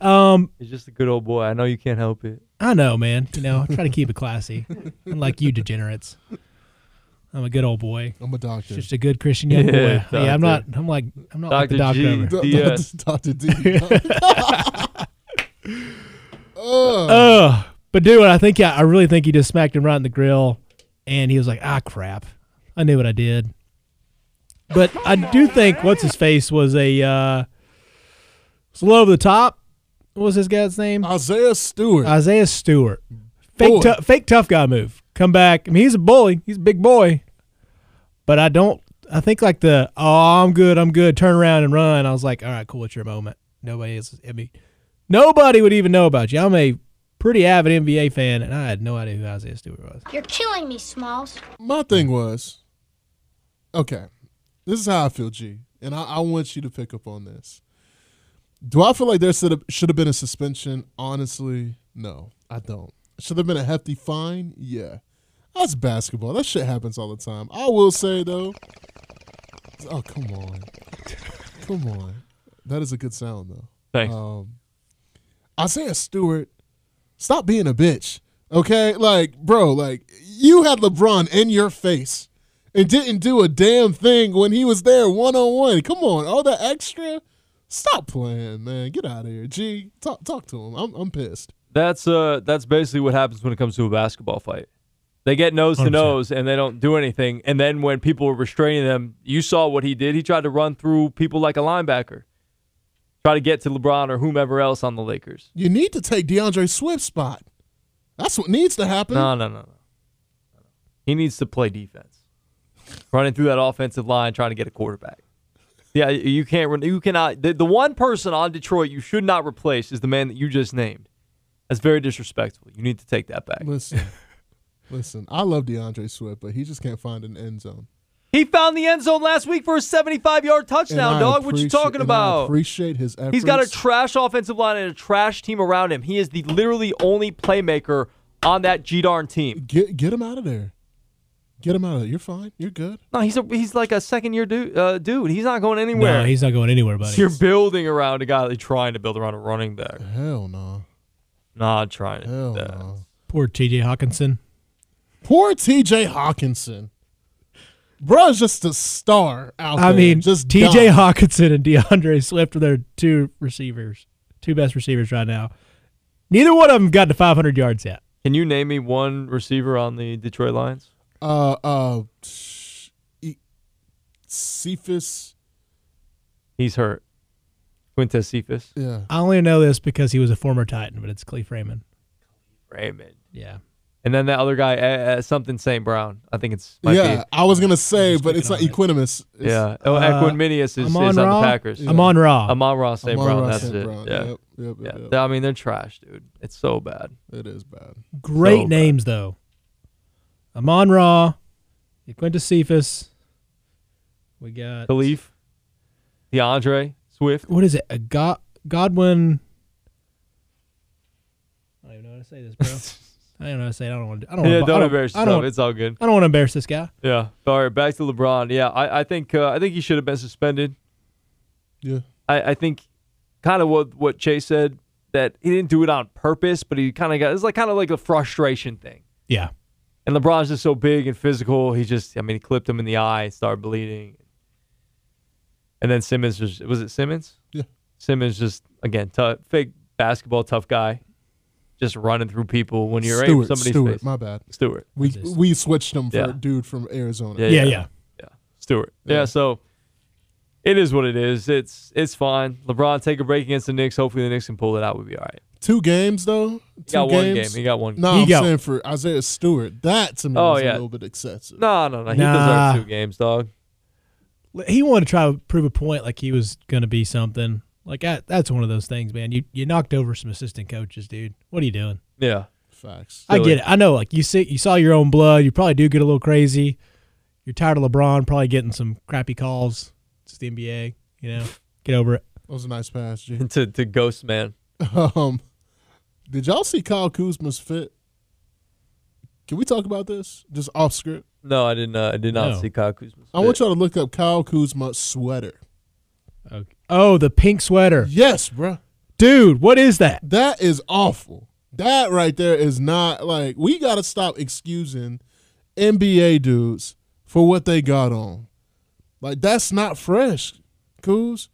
Um,
He's just a good old boy. I know you can't help it.
I know, man. You know, I try to keep it
[laughs]
classy, unlike you degenerates. I'm a good old boy,
I'm a doctor. [laughs]
just a good Christian young
[laughs] Yeah,
boy. Yeah, I'm not.
[laughs]
doctor.
I'm like. I'm not like the
Dr.
doctor.
G.
[laughs] Over.
Do-
The, uh,
Dr. D. Ugh.
Ugh. But dude, I think yeah, I really think he just smacked him right in the grill, and he was like, "Ah, crap! I knew what I did." But I do think what's his face was a uh, was a little over the top. What was this guy's name?
Isaiah Stewart.
Isaiah Stewart. Fake,
Boy.
tou- fake tough guy move. Come back. I mean, he's a bully. He's a big boy. But I don't. I think like the oh, I'm good. I'm good. Turn around and run. I was like, all right, cool. It's your moment. Nobody is. I mean, nobody would even know about you. I'm a pretty avid NBA fan, and I had no idea who Isaiah Stewart was.
You're killing me, Smalls.
My thing was, okay, this is how I feel, G, and I, I want you to pick up on this. Do I feel like there should have, should have been a suspension? Honestly, no, I don't. Should have been a hefty fine? Yeah. That's basketball. That shit happens all the time. I will say, though, oh, come on. Come on. That is a good sound, though.
Thanks.
Um, Isaiah Stewart, stop being a bitch. Okay, like bro, like you had LeBron in your face and didn't do a damn thing when he was there one on one. Come on, all that extra. Stop playing, man. Get out of here. G, talk talk to him. I'm I'm pissed.
That's uh that's basically what happens when it comes to a basketball fight. They get nose to
100%.
nose and they don't do anything. And then when people were restraining them, you saw what he did. He tried to run through people like a linebacker. Try to get to LeBron or whomever else on the Lakers.
You need to take DeAndre Swift's spot. That's what needs to happen.
No, no, no, no. He needs to play defense. Running through that offensive line trying to get a quarterback. Yeah, you can't run you cannot the, the one person on Detroit you should not replace is the man that you just named. That's very disrespectful. You need to take that back.
Listen, listen. I love DeAndre Swift, but he just can't find an end zone.
He found the end zone last week for a 75 yard
And
touchdown,
I
dog. What you
appreciate-
talking
and I
about?
appreciate his efforts.
He's got a trash offensive line and a trash team around him. He is the literally only playmaker on that G darn team.
Get get him out of there. Get him out of there. You're fine. You're good.
No, he's a, he's like a second year dude. Uh, dude, he's not going anywhere.
No, he's not going anywhere, buddy.
You're building around a guy that you're trying to build around a running back.
Hell no.
Not trying to. do
Hell
that.
no.
Poor T.J. Hawkinson.
Poor T.J. Hawkinson. Bruh's just a star out
I
there.
mean,
just
T.J.
dot.
Hawkinson and DeAndre Swift are their two receivers, two best receivers right now. Neither one of them got to 500 yards yet.
Can you name me one receiver on the Detroit Lions?
Uh, uh, sh- e- Cephas.
He's hurt. Quintez Cephas.
Yeah.
I only know this because he was a former Titan, but it's Cleve Raymond.
Raymond.
Yeah.
And then that other guy, uh, uh, something St. Brown. I think it's might
yeah,
be.
I was going to say,
Just
but it's not
clicking
equinimus. It's
Yeah. Oh,
Uh,
Equin Minius is, is
Amon
on
Ra?
the Packers.
I'm on Raw.
Amon Ross St.
Amon
Brown.
Ross
That's
St.
it.
Brown.
Yeah.
Yep, yep,
Yeah.
yep, yep.
I mean, they're trash, dude. It's so bad.
It is bad.
Great
So bad.
names, though. Amon Ra, Quintus Cephas. We got.
Khalif, DeAndre,
[laughs]
Swift.
What is it? A God, Godwin. I don't even know how to say this,
[laughs]
bro. I don't know how to say it. I don't want to. I don't
yeah,
wanna,
don't,
I
embarrass
I don't,
yourself. It's all good.
I don't want to embarrass this guy.
Yeah. All right. Back to LeBron. Yeah. I, I think uh, I think he should have been suspended.
Yeah.
I, I think kind of what what Chase said that he didn't do it on purpose, but he kind of got it's like kind of like a frustration thing.
Yeah.
And LeBron's just so big and physical. He just, I mean, he clipped him in the eye and started bleeding. And then Simmons was, was it Simmons?
Yeah.
Simmons just, again, tou- fake basketball tough guy, just running through people when you're in
Stewart,
somebody's
Stewart,
face.
my bad.
Stewart.
We
Just-
we switched him for
Yeah.
a dude from Arizona.
Yeah,
Yeah. Yeah.
Stewart. Yeah.
Yeah.
so it is what it is. It's it's fine. LeBron, take a break against the Knicks. Hopefully the Knicks can pull it out. We'll be all right.
Two games, though?
He
Two
got one game.
games?
He got one game.
No,
He
I'm
got-
saying for Isaiah Stewart. That to me
Oh,
was
yeah.
a little bit excessive.
No, no, no. He
Nah.
deserves two games, dog.
He wanted to try to prove a point like he was going to be something. Like, I, that's one of those things, man. You, you knocked over some assistant coaches, dude. What are you doing?
Yeah. [laughs]
Facts.
I
Silly.
get it. I know. Like you see, you saw your own blood. You probably do get a little crazy. You're tired of LeBron. Probably getting some crappy calls. It's the NBA. You know, get over it.
That was a nice pass, G. [laughs]
to to Ghost Man.
Um, did y'all see Kyle Kuzma's fit? Can we talk about this? Just off script.
No, I didn't. Uh, I did not
No.
see Kyle Kuzma.
I want y'all to look up Kyle Kuzma sweater.
Okay. Oh, the pink sweater,
Yes, bruh.
dude. What is that?
That is awful. That right there is not like we gotta stop excusing NBA dudes for what they got on. Like that's not fresh, Kuz.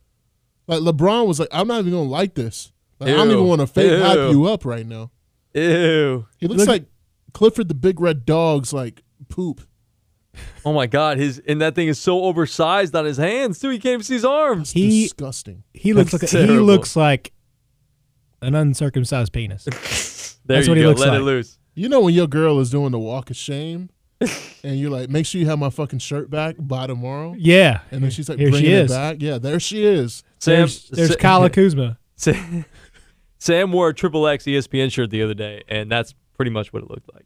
Like LeBron was like, I'm not even gonna like this. Like, I don't
Ew.
even want to fake hype
Ew.
you up right now.
Ew.
He looks
Look-
like Clifford the Big Red Dog's like poop.
Oh my God. His and that thing is so oversized on his hands too. He can't even see his arms.
It's
He-
disgusting.
He looks
That's
like he
terrible.
looks like an uncircumcised penis.
There
That's
you
what he
go.
looks
Let
like.
it loose.
You know when your girl is doing the walk of
[laughs]
shame, and you're like, make sure you have my fucking shirt back by tomorrow.
Yeah,
And then she's like,
Here she
bringing it
is.
back. Yeah, there she is.
Sam,
there's there's
Sa- [laughs]
Kyle Kuzma.
Sam, Sam wore a triple X E ESPN shirt the other day, and that's pretty much what it looked like.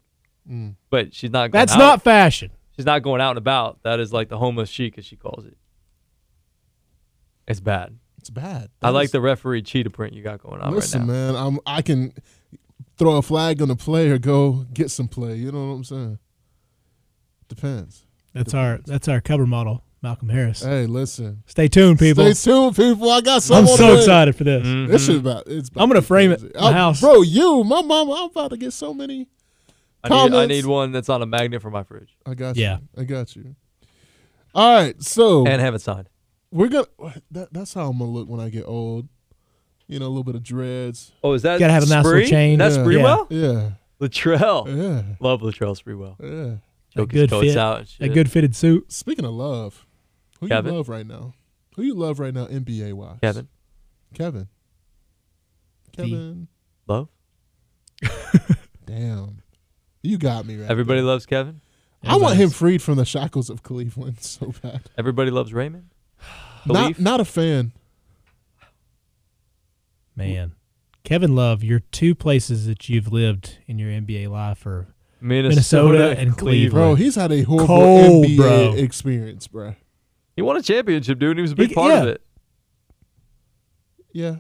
But she's not. Going
Mm. That's
out.
not fashion.
She's not going out and about. That is like the homeless chic, as she calls it. It's bad.
It's bad.
I like
the.
the referee cheetah print you got going on
Listen,
right now.
man, I'm I can throw a flag on a play or go get some play. You know what I'm saying? Depends.
That's our that's our cover model, Malcolm Harris.
Hey, listen.
Uh, Stay tuned, people.
Stay tuned, people. I got
I'm
something.
so excited for this.
Mm, Mm-hmm.
This shit about it's. about
I'm gonna
to be
frame it
crazy.
in my
I-
house.
bro. You, my mama. I'm about to get so many.
I need, I
Comments.
need one that's on a magnet for my fridge
I got
Yeah.
you. I got you. All right, so
and have it signed.
we're gonna. That, that's how I'm gonna look when I get old. You know, a little bit of dreads.
Oh, is that
Gotta have a nice little
Spree?
chain.
That's
Yeah.
Spreewell.
Yeah,
[laughs]
Latrell.
yeah,
Love Latrell Spreewell.
yeah.
A
Joke his
good
coats
fit.
out and
A
shit.
good fitted suit.
Speaking of love, who
Kevin?
you love right now? Who you love right now, NBA wise?
Kevin.
Kevin.
The-
Kevin.
Love.
Damn. You got me right.
Everybody
there.
loves Kevin.
I want him
Everybody's-
freed from the shackles of Cleveland [laughs] so bad.
Everybody
[sighs]
loves Raymond.
Not
Belief.
not a fan.
Man, Kevin Love, your two places that you've lived in your NBA life are
Minnesota,
Minnesota and
Bro,
Right.
he's had a horrible
Cold,
NBA
bro.
experience, bro.
He won a championship, dude. and He was a big
He-
part of
yeah.
it.
Yeah.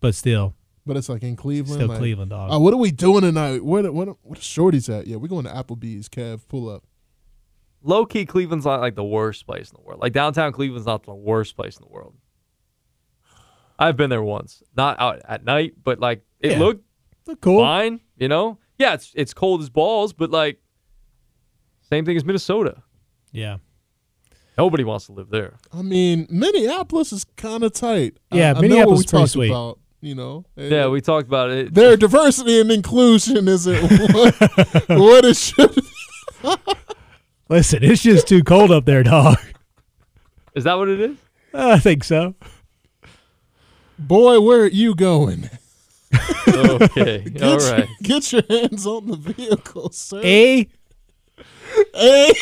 but still
But it's like in Cleveland.
still
like,
Cleveland dog.
Oh, what are we doing tonight? What what what are shorties at? Yeah, we're going to Applebee's, Kev, pull up.
Low key, Cleveland's not like the worst place in the world. Like downtown Cleveland's not the worst place in the world. I've been there once, not out at night, but like it
Yeah.
looked
Look cool.
fine. You know, yeah, it's it's cold as balls, but like same thing as Minnesota.
Yeah.
Nobody wants to live there.
I mean, Minneapolis is kind of tight. I-
Yeah,
I, know what
Minneapolis
we
is pretty
talked
sweet.
about, you know. and-
Yeah, we talked about it.
their diversity and inclusion is it [laughs] what, what it should
Listen, it's just too cold up there, dog. [laughs]
Is that what it is?
I think so.
boy where are you going
[laughs] [laughs] Okay, all
get, your,
right.
get your hands on the vehicle sir
A
Hey.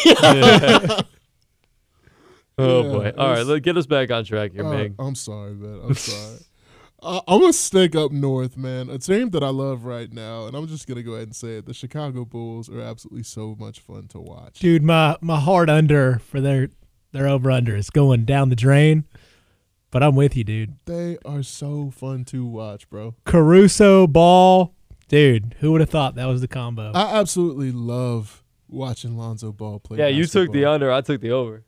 Oh
Yeah,
boy. All right,
it's-
let get us back on track here,
Uh,
Meg.
i'm sorry man i'm sorry I, i'm gonna stick up north man a team that i love right now and i'm just gonna go ahead and say it the chicago bulls are absolutely so much fun to watch
dude, my my heart under for their their over under is going down the drain. But I'm with you, dude.
they are so fun to watch bro
Caruso Ball, dude. Who would have thought that was the combo?
i absolutely love watching lonzo ball play
Yeah, you took the
basketball.
under. I took the over.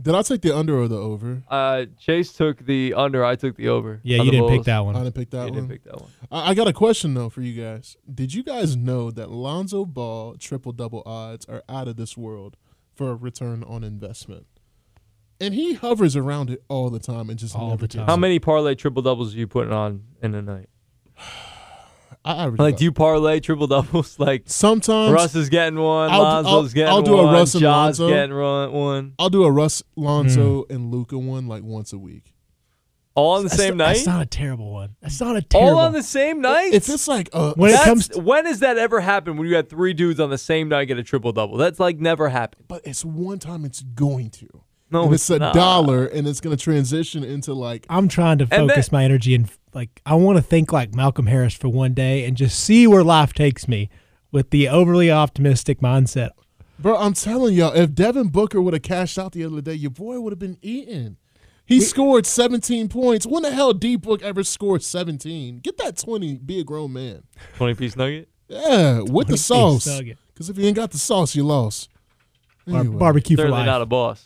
did i take the under or the over
Uh, Chase took the under. I took the over.
yeah,
on
you
the
didn't pick
Bulls.
that
i
one.
didn't pick that
you
one
didn't pick that one.
I, I got a question though for you guys. Did you guys know that Lonzo Ball triple double odds are out of this world for a return on investment? And he hovers around it all the time and just
All
never
the
gets
time.
How
it.
many parlay triple doubles are you putting on in a night?
I average
Like,
about-
do you parlay triple doubles? [laughs] Like,
sometimes
Russ is getting one,
I'll-
Lonzo's
I'll-
getting
I'll do a
one,
Russ and
Ja's
Lonzo.
getting run, one,
I'll do a Russ Lonzo
Hmm.
and Luca one like once a week.
all on the same
That's
night.
not a terrible one. That's not a terrible.
All on the same night.
If it's like a
When it
That's-
comes to-
when has that ever happened? When you had three dudes on the same night get a triple double? That's like never happened.
but it's one time it's going to.
No,
and it's a
not.
dollar and it's gonna transition into like
I'm trying to
And
focus
that-
my energy and like I want to think like Malcolm Harris for one day and just see where life takes me with the overly optimistic mindset.
Bro, I'm telling y'all, if Devin Booker would have cashed out the other day, your boy would have been eaten. He scored 17 points. When the hell D Book ever scored 17? Get that 20, be a grown man.
Twenty piece nugget.
Yeah, with
20
the
piece
sauce.
nugget.
Because if you ain't got the sauce, you lost.
Bar-
Anyway.
Barbecue for
Certainly
life.
not a boss.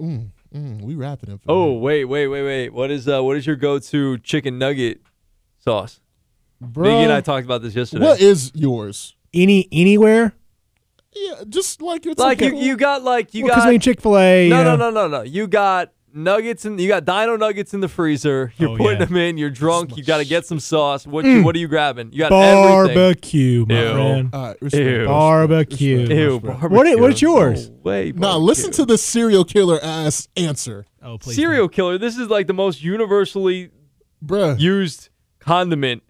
Mm, mm, we wrapping it. for
Oh
now.
wait, wait, wait, wait. What is uh what is your go to chicken nugget sauce? Biggie
bro.
and I talked about this yesterday.
what is yours?
Any anywhere?
Yeah, just like your
like you, you got like you
Because
got
I mean Chick Fil A.
no no no no no you got nuggets and you got dino nuggets in the freezer. [laughs] You're
Oh,
putting
yeah.
them in. You're drunk. You got to get some sauce. What you, what are you grabbing? You got everything.
Barbecue, my
Ew. Uh,
friend.
All right, respect.
Ew.
Barbecue.
Ew,
What
barbecue.
i- what's yours?
No way,
Now
barbecue.
listen to the serial killer ass answer,
Oh, please.
serial killer. This is like the most universally
bruh.
used condiment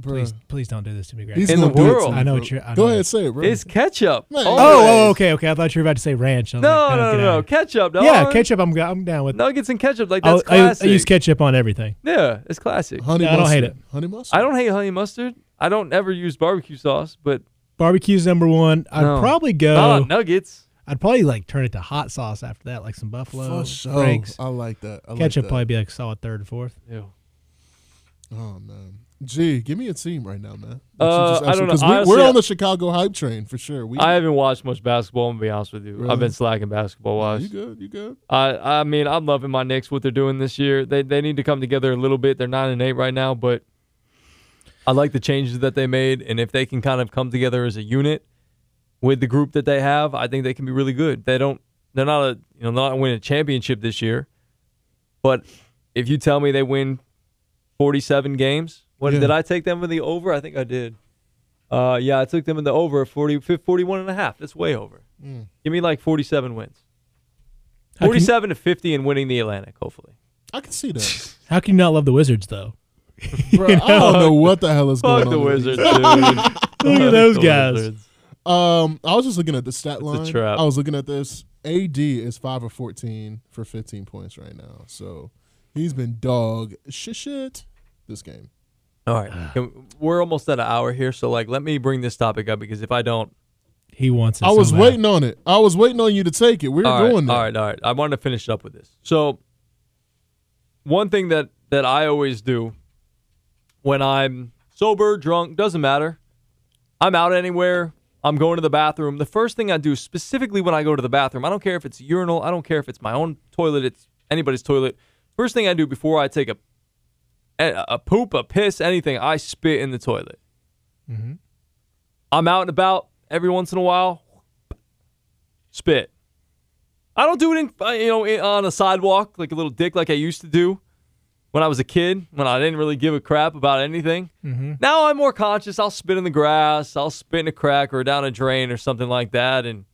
Don't, please,
bruh.
please don't do this to me, Greg.
He's
in the
gonna do it to
world.
me,
I know
bro.
what you're- I
Go
know.
ahead, say it, bro.
is ketchup.
Man.
Always.
oh, oh, okay, okay. I thought you were about to say ranch. I was
No,
like,
no,
get
no,
outta
no,
here.
ketchup. dog.
Yeah, ketchup. I'm, I'm down with.
Nuggets and ketchup. Like
I'll-
that's
I,
classic.
I use ketchup on everything.
yeah, it's classic.
honey
Yeah, I
mustard.
don't hate it.
Honey mustard.
I don't hate honey mustard. I don't ever use barbecue sauce, but
Barbecue's number one. I'd
No.
probably
not
go.
on nuggets.
I'd probably like turn it to hot sauce after that, like some buffalo
For sure.
Frank's.
Oh, I like that. I like
Ketchup
that.
probably be like solid third or fourth.
Ew.
Oh man. Gee, give me a team right now, man. That you
Uh,
just
I
actually-
don't know.
'cause We,
Honestly,
we're
I-
on the Chicago hype train for sure. We,
I haven't watched much basketball. I'm gonna be honest with you. I've
Really?
been slacking basketball
you
wise.
good? You good?
I I mean I'm loving my Knicks what they're doing this year. They they need to come together a little bit. They're nine and eight right now, but I like the changes that they made, and if they can kind of come together as a unit with the group that they have, I think they can be really good. They don't they're not a you know not win a championship this year, but if you tell me they win 47 games, what
Yeah.
did I take them in the over? I think I did. Uh, yeah, I took them in the over 40, 41 and a half. That's way over. Give me like 47 wins.
How can-
47 to 50 and winning the Atlantic, hopefully.
I can see that.
[laughs]
How can you not love the Wizards though?
Bro, I don't know what the hell is going
Fuck
on.
the
with
[laughs]
Wizards, dude. Fuck the
those guys.
Wizards.
Um, I was just looking at the stat line.
trap.
I was looking at this. AD is five or fourteen for fifteen points right now. So he's been dog shit shit this game.
All right. Can- We're almost at an hour here, so like let me bring this topic up because if I don't
He wants. It
I was
so bad.
waiting on it. I was waiting on you to take it. We were
all right,
going there.
All right, all right. I wanted to finish up with this. So, one thing that that I always do when I'm sober, drunk, doesn't matter. I'm out anywhere. I'm going to the bathroom. The first thing I do, specifically when I go to the bathroom, I don't care if it's urinal. I don't care if it's my own toilet. It's anybody's toilet. First thing I do before I take a a, a poop, a piss, anything, I spit in the toilet.
Mm-hmm.
I'm out and about every once in a while. Spit. I don't do it in uh, you know in, on a sidewalk like a little dick like I used to do when I was a kid when I didn't really give a crap about anything. Now I'm more conscious. I'll spit in the grass. I'll spit in a crack or down a drain or something like that and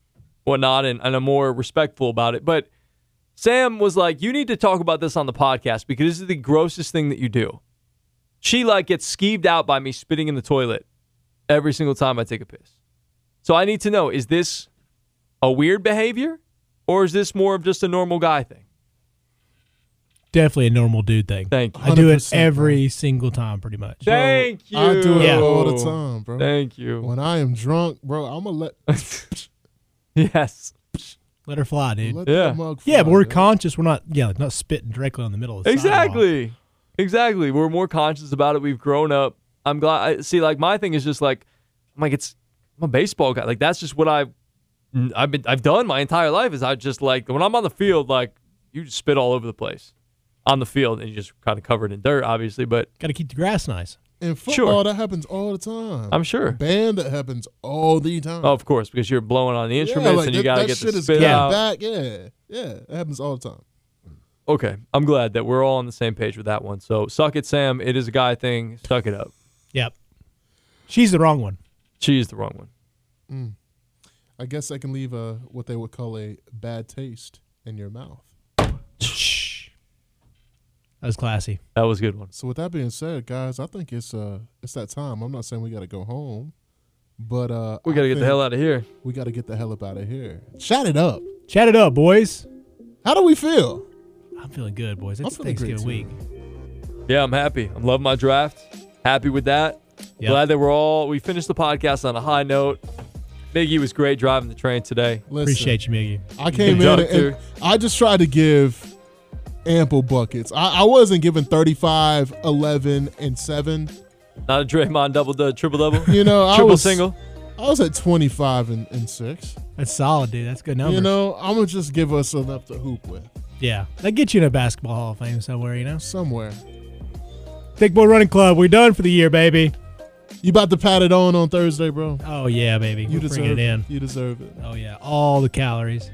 whatnot, and, and I'm more respectful about it. But Sam was like, "You need to talk about this on the podcast because this is the grossest thing that you do." She like gets skeeved out by me spitting in the toilet every single time I take a piss. So I need to know: is this a weird behavior? or is this more of just a normal guy thing?
Definitely a normal dude thing.
Thank you.
I do it
100%,
every single time, pretty much.
Thank you.
I do it
Yeah.
all the time, bro.
Thank you.
When I am drunk, bro, I'm
[laughs]
gonna let
yes.
Let her fly, dude.
let
Yeah.
that mug.
yeah, but
fly,
we're
bro.
conscious. We're not. Yeah, like, not spitting directly on the middle of the sidewalk.
Exactly. Exactly. We're more conscious about it. We've grown up. I'm glad. I, see, like my thing is just like, I'm like it's. I'm a baseball guy. Like that's just what I've. I've been. I've done my entire life. Is I just like when I'm on the field, like you just spit all over the place, on the field, and you just kind of covered in dirt, obviously. But
Got to keep the grass nice.
in football
Sure.
that happens all the time.
I'm sure.
Band that happens all the time.
Oh, of course, because you're blowing on the instruments
like
and you
that-
gotta
that
get
shit
the
is
spit
coming
out.
back. Yeah, yeah, it happens all the time.
Okay, I'm glad that we're all on the same page with that one. So suck it, Sam. It is a guy thing. Suck it up.
Yep. She's the
[laughs]
wrong one.
She is the wrong one.
I guess I can leave a what they would call a bad taste in your mouth.
That was classy.
That was a good one.
So with that being said, guys, I think it's uh it's that time. I'm not saying we gotta go home, but uh
We gotta get the hell out of here.
We gotta get the hell up out of here. Chat it up.
Chat it up, boys.
How do we feel?
I'm feeling good, boys. It's
feeling great,
Thanksgiving week.
Yeah, I'm happy. I'm loving my draft. Happy with that.
Yep.
Glad that we're all. We finished the podcast on a high note. Biggie was great driving the train today.
Listen,
Appreciate you, Miggy.
I came in
Conductor.
and I just tried to give ample buckets. I, I wasn't giving 35, 11, and 7.
Not a Draymond double, du-
[laughs]
triple double,
You know, I
triple
was
single.
I was at 25 and, and 6.
That's solid, dude. That's good numbers.
You know, I'm going to just give us enough to hoop with
yeah, that gets you in a basketball Hall of Fame somewhere. You know,
somewhere.
Thick Boy Running Club. We're done for the year, baby.
You about to pat it on on Thursday, bro.
Oh yeah, baby.
You
We're
deserve
bringing it in.
You deserve it.
Oh yeah, all the calories.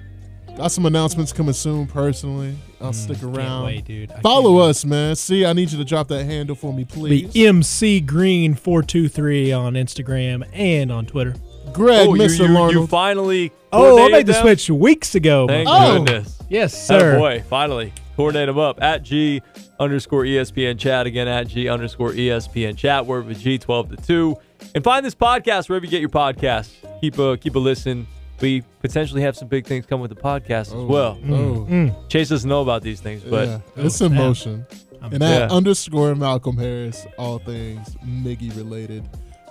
Got some announcements coming soon. Personally,
Mm,
I'll stick
Can't
around.
wait, dude. I can't
Follow
wait.
us, man. See, I need you to drop that handle for me, please.
The MC Green four two three on Instagram and on Twitter.
Greg,
Oh, you,
Mr.
you, you
Arnold.
finally.
Oh, I
coordinated
made the
them?
switch weeks ago.
Thank
Oh.
goodness.
Yes, sir.
boy, finally. Coordinate them up at G underscore E ESPN chat. Again, at G underscore E ESPN chat. We're with G 12 to 2. And find this podcast wherever you get your podcasts. Keep a, keep a listen. We potentially have some big things coming with the podcast as well. Mm.
Oh,
Chase doesn't know about these things, but
yeah. it's in
snap.
motion. And
Yeah.
at underscore Malcolm Harris, all things Miggy related.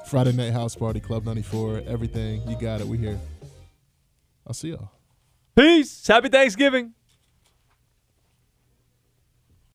Friday Night House Party Club 94, everything. You got it. We here. I'll see y'all.
peace. Happy Thanksgiving.